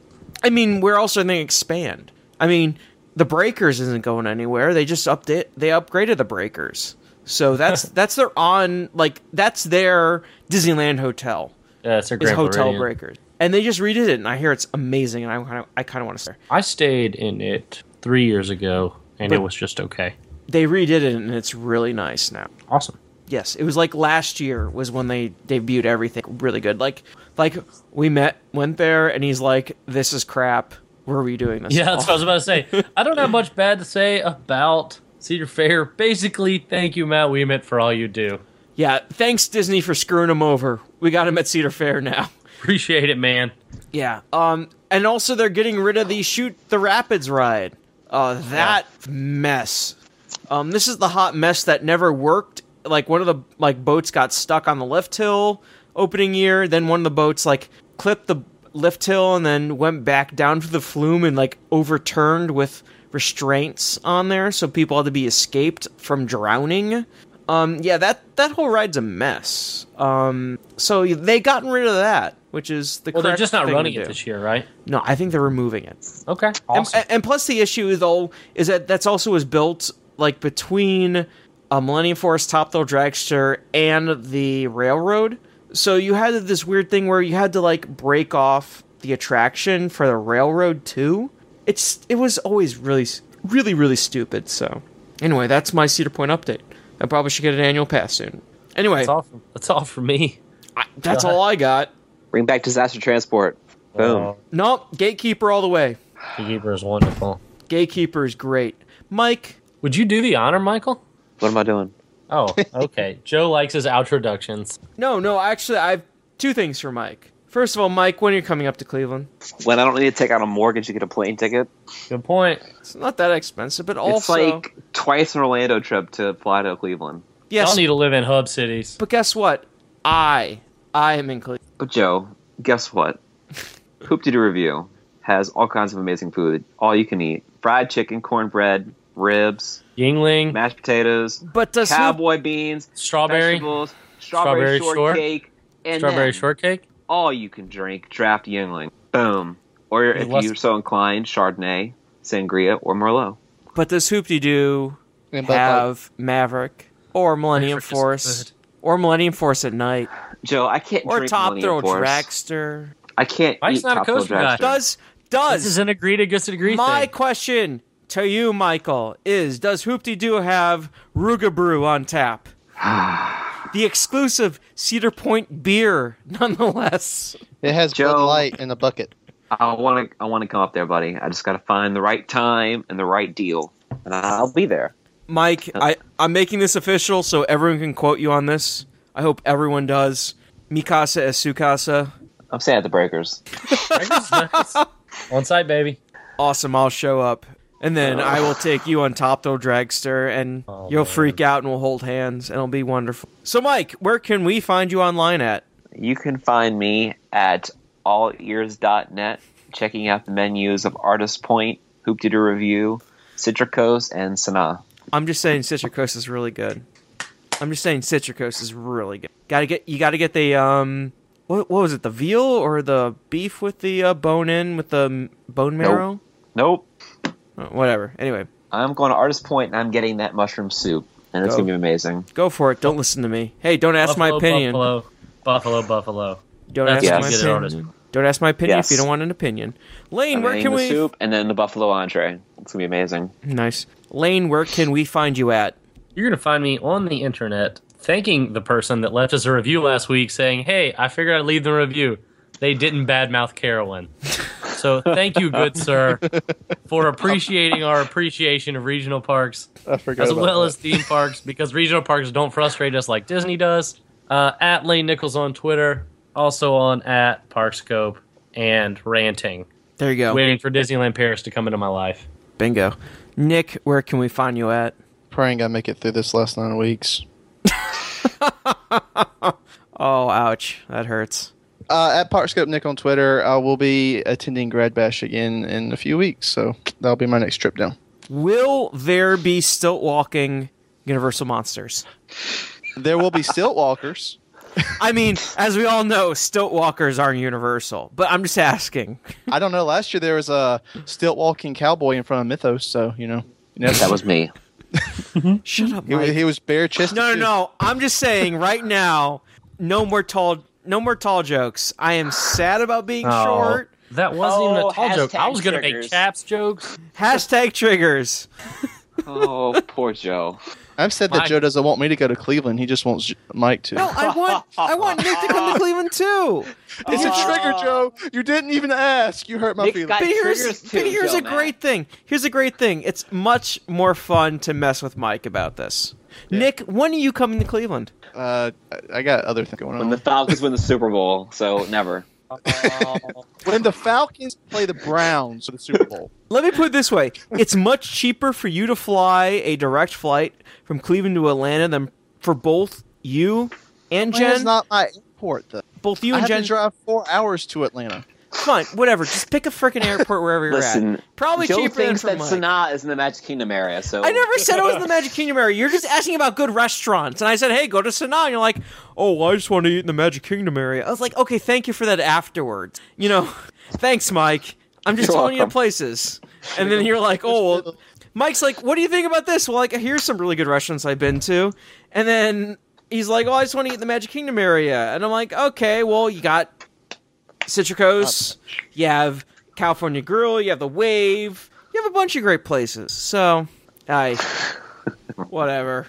Speaker 1: I mean, where else are they gonna expand? I mean, the Breakers isn't going anywhere. They just update, they upgraded the Breakers, so that's that's their on like that's their Disneyland hotel
Speaker 4: Yeah, it's our
Speaker 1: is
Speaker 4: Grand
Speaker 1: Hotel
Speaker 4: Floridian.
Speaker 1: Breakers, and they just redid it, and I hear it's amazing, and I kind of I kind of want to start.
Speaker 4: I stayed in it three years ago, and
Speaker 1: But-
Speaker 4: it was just okay.
Speaker 1: They redid it, and it's really nice now.
Speaker 4: Awesome.
Speaker 1: Yes, it was like last year was when they debuted everything really good. Like like we met went there and he's like this is crap. We're redoing this.
Speaker 4: Yeah, that's what I
Speaker 1: all."
Speaker 4: was about to say. I don't have much bad to say about Cedar Fair. Basically, thank you, Matt Weemit, for all you do.
Speaker 1: yeah, thanks Disney for screwing him over. We got him at Cedar Fair now.
Speaker 4: Appreciate it, man.
Speaker 1: Yeah. Um and also they're getting rid of the shoot the rapids ride. Uh that mess. Um this is the hot mess that never worked. Like one of the like boats got stuck on the lift hill opening year, then one of the boats like clipped the lift hill and then went back down to the flume and like overturned with restraints on there so people had to be escaped from drowning. Um yeah, that that whole ride's a mess. Um so they gotten rid of that, which is the
Speaker 4: Well, they're
Speaker 1: correct
Speaker 4: just not
Speaker 1: thing to
Speaker 4: running it
Speaker 1: do.
Speaker 4: this year, right?
Speaker 1: No, I think they're removing it.
Speaker 4: Okay.
Speaker 1: And-
Speaker 4: Awesome.
Speaker 1: And, plus, the issue though is that that's also was built like between a Millennium Force Top Thrill Dragster and the railroad. So you had this weird thing where you had to like break off the attraction for the railroad too. It's it was always really s- really really stupid. So anyway, that's my Cedar Point update. I probably should get an annual pass soon. Anyway,
Speaker 4: That's all, for, that's all for me.
Speaker 1: I- that's all I got.
Speaker 3: Bring back disaster transport. Boom.
Speaker 1: Nope, gatekeeper all the way.
Speaker 4: Gatekeeper is wonderful.
Speaker 1: Gatekeeper is great. Mike,
Speaker 4: Would you do the honor, Michael?
Speaker 3: What am I doing?
Speaker 4: Oh, okay. Joe likes his outroductions.
Speaker 1: No, no, actually, I have two things for Mike. First of all, Mike, when are you coming up to Cleveland?
Speaker 3: When I don't need to take out a mortgage to get a plane ticket.
Speaker 4: Good point.
Speaker 1: It's not that expensive, but also,
Speaker 3: it's like twice an Orlando trip to fly to Cleveland.
Speaker 1: yes,
Speaker 4: Y'all need to live in hub cities.
Speaker 1: but guess what? I, I am in Cleveland.
Speaker 3: But Joe, guess what? Hoop to review has all kinds of amazing food, all you can eat: fried chicken, cornbread, ribs,
Speaker 4: Yingling,
Speaker 3: mashed potatoes,
Speaker 1: But does Hoop,
Speaker 3: cowboy beans,
Speaker 4: strawberry,
Speaker 3: vegetables, strawberry,
Speaker 4: Strawberry
Speaker 3: shortcake, and
Speaker 4: strawberry
Speaker 3: then
Speaker 4: shortcake.
Speaker 3: all you can drink draft Yingling. Boom. Or if
Speaker 4: Less-
Speaker 3: you're so inclined, Chardonnay, Sangria, or Merlot.
Speaker 1: but does Hoopty Doo
Speaker 2: And Bud Light.
Speaker 1: have Maverick or Millennium
Speaker 4: Maverick is
Speaker 1: Force
Speaker 4: good.
Speaker 1: or Millennium Force at night
Speaker 3: Joe, I can't
Speaker 1: or
Speaker 3: drink
Speaker 1: Top Throw
Speaker 3: Millennium Force.
Speaker 1: Dragster?
Speaker 3: I can't
Speaker 4: Mike's
Speaker 3: eat
Speaker 4: not a
Speaker 3: Top Thrill
Speaker 4: coaster guy.
Speaker 3: Dragster.
Speaker 1: Does
Speaker 4: This is
Speaker 1: does
Speaker 4: an agreed against an agreed
Speaker 1: my
Speaker 4: thing.
Speaker 1: question to you, Michael, is does Hoopty Doo have Ruga Brew on tap? the exclusive Cedar Point beer, nonetheless.
Speaker 2: It has Bud
Speaker 3: Joe.
Speaker 2: Light in a bucket.
Speaker 3: I want to. I want to come up there, buddy. I just got to find the right time and the right deal, and I'll be there.
Speaker 1: Mike,
Speaker 4: Uh,
Speaker 1: I, I'm making this official so everyone can quote you on this. I hope everyone does. Mikasa es su casa.
Speaker 3: I'm staying at the Breakers.
Speaker 4: On site, baby.
Speaker 1: Awesome, I'll show up. And then I will take you on Top Throw Dragster and
Speaker 4: Oh,
Speaker 1: you'll
Speaker 4: man.
Speaker 1: freak out and we'll hold hands and it'll be wonderful. So, Mike, where can we find you online at?
Speaker 3: You can find me at allears.net, checking out the menus of Artist Point, Hoop Doo Review, Citricos, and Sanaa.
Speaker 1: I'm just saying Citricose is really good. I'm just saying Citricose is really good. Gotta get you gotta get the um what what was it, the veal or the beef with the uh, bone in with the m- bone marrow?
Speaker 3: Nope,
Speaker 1: Uh, whatever. Anyway,
Speaker 3: I'm going to Artist Point, and I'm getting that mushroom soup, and it's
Speaker 1: Go.
Speaker 3: gonna be amazing.
Speaker 1: go for it. Don't listen to me. Hey, don't ask my
Speaker 4: Buffalo,
Speaker 1: opinion.
Speaker 4: Buffalo, buffalo, buffalo.
Speaker 1: Don't
Speaker 4: That's
Speaker 1: ask
Speaker 3: what
Speaker 1: my
Speaker 4: get
Speaker 3: you
Speaker 4: at
Speaker 1: opinion.
Speaker 4: Artist.
Speaker 1: Don't ask my opinion if
Speaker 3: Yes.
Speaker 1: you don't want an opinion. Lane,
Speaker 3: And
Speaker 1: where
Speaker 3: then
Speaker 1: can
Speaker 3: the
Speaker 1: we?
Speaker 3: soup and then the buffalo entree. It's gonna be amazing.
Speaker 1: Nice. Lane, where can we find you at?
Speaker 4: You're going to find me on the internet thanking the person that left us a review last week saying, Hey, I figured I'd leave the review. They didn't badmouth Carolyn. So thank you, good sir, for appreciating our appreciation of regional parks
Speaker 2: I forgot
Speaker 4: as
Speaker 2: about
Speaker 4: well
Speaker 2: that.
Speaker 4: as theme parks because regional parks don't frustrate us like Disney does. Uh, at Lane Nichols on Twitter, also on at Parkscope and ranting,
Speaker 1: There you go.
Speaker 4: waiting for Disneyland Paris to come into my life.
Speaker 1: Bingo. Nick, where can we find you at?
Speaker 2: praying I make it through this last nine weeks.
Speaker 1: Oh, ouch. That hurts.
Speaker 2: Uh, at Parkscope Nick on Twitter, I will be attending Grad Bash again in a few weeks, so that'll be my next trip down.
Speaker 1: Will there be stilt walking Universal Monsters?
Speaker 2: There will be stilt walkers.
Speaker 1: I mean, as we all know, stilt walkers aren't universal, but I'm just asking.
Speaker 2: I don't know. Last year there was a stilt walking cowboy in front of Mythos, so you know, you know
Speaker 3: That was me.
Speaker 1: Shut up,
Speaker 2: he,
Speaker 1: Mike.
Speaker 2: was- he was bare chested.
Speaker 1: No, no, no. I'm just saying right now, no more tall no more tall jokes. I am sad about being short.
Speaker 4: That wasn't even
Speaker 3: Oh,
Speaker 4: a tall joke. I
Speaker 3: hashtag
Speaker 4: was going to make
Speaker 3: triggers.
Speaker 4: chaps jokes.
Speaker 1: Hashtag triggers.
Speaker 3: Oh, poor Joe.
Speaker 2: I've said that
Speaker 4: My-
Speaker 2: Joe doesn't want me to go to Cleveland. He just wants J- Mike to.
Speaker 1: No, I want I want Nick to come to Cleveland too.
Speaker 2: it's a
Speaker 3: Oh.
Speaker 2: trigger, Joe. You didn't even ask. You hurt my
Speaker 3: Nick
Speaker 2: feelings.
Speaker 3: got-
Speaker 1: But here's,
Speaker 3: triggers too,
Speaker 1: but here's
Speaker 3: Joe
Speaker 1: a
Speaker 3: Matt.
Speaker 1: great thing. Here's a great thing. It's much more fun to mess with Mike about this. Nick, when are you coming to Cleveland?
Speaker 2: uh, I- I got other things going on.
Speaker 3: When
Speaker 1: Oh.
Speaker 3: the Falcons win the Super Bowl, so never.
Speaker 2: when the Falcons play the Browns for the Super Bowl.
Speaker 1: Let me put it this way: it's much cheaper for you to fly a direct flight from Cleveland to Atlanta than for both you and
Speaker 2: Atlanta's
Speaker 1: Jen.
Speaker 2: not my airport, though.
Speaker 1: both you
Speaker 2: I
Speaker 1: and
Speaker 2: have
Speaker 1: Jen.
Speaker 2: to drive four hours to Atlanta.
Speaker 1: Fine, whatever. Just pick a freaking airport wherever you're
Speaker 3: Listen,
Speaker 1: at. Probably
Speaker 3: Joe
Speaker 1: cheaper than
Speaker 3: thinks
Speaker 1: for
Speaker 3: that
Speaker 1: Mike.
Speaker 3: Sanaa is in the Magic Kingdom area, so
Speaker 1: I never said it was in the Magic Kingdom area. You're just asking about good restaurants, and I said, "Hey, go to Sanaa." And you're like, "Oh, well, I just want to eat in the Magic Kingdom area." I was like, "Okay, thank you for that." Afterwards, you know, thanks, Mike. I'm just
Speaker 3: You're
Speaker 1: telling you the
Speaker 3: welcome.
Speaker 1: places, and then you're like, "Oh." Well, Mike's like, "What do you think about this?" Well, like, here's some really good restaurants I've been to, and then he's like, "Oh, I just want to eat in the Magic Kingdom area," and I'm like, "Okay, well, you got Citricos, you have California Grill, you have the Wave, you have a bunch of great places." So, I whatever.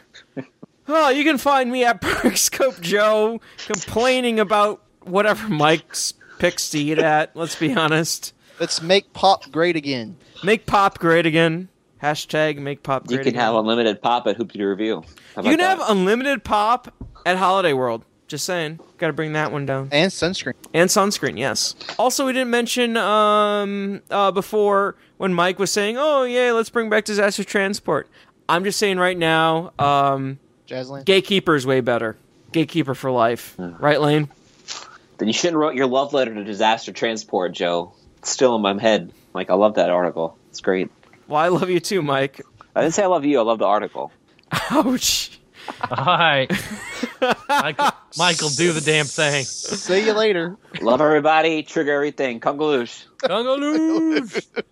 Speaker 1: Oh, you can find me at Periscope Joe complaining about whatever Mike's picks to eat at. Let's be honest.
Speaker 2: Let's make pop great again.
Speaker 1: Make pop great again. Hashtag make pop
Speaker 3: you
Speaker 1: great
Speaker 3: can
Speaker 1: again.
Speaker 3: have unlimited pop at Hoop to Review. How
Speaker 1: you can
Speaker 3: about
Speaker 1: have
Speaker 3: that?
Speaker 1: unlimited pop at Holiday World. Just saying. Gotta bring that one down.
Speaker 2: And sunscreen.
Speaker 1: And sunscreen, yes. Also, we didn't mention um, uh, before when Mike was saying, oh, yeah, let's bring back disaster transport. I'm just saying right now, um,
Speaker 2: Jazzland.
Speaker 1: Gatekeeper is way better. Gatekeeper for life. Right, Lane?
Speaker 3: Then you shouldn't wrote your love letter to disaster transport, Joe. It's still in my head. Like I love that article. It's great.
Speaker 1: Well, I love you too, Mike.
Speaker 3: I didn't say I love you. I love the article.
Speaker 1: Ouch.
Speaker 4: Hi. Michael, Michael, do the damn thing.
Speaker 2: See you later.
Speaker 3: Love everybody. Trigger everything. Kungaloosh.
Speaker 4: Kungaloosh.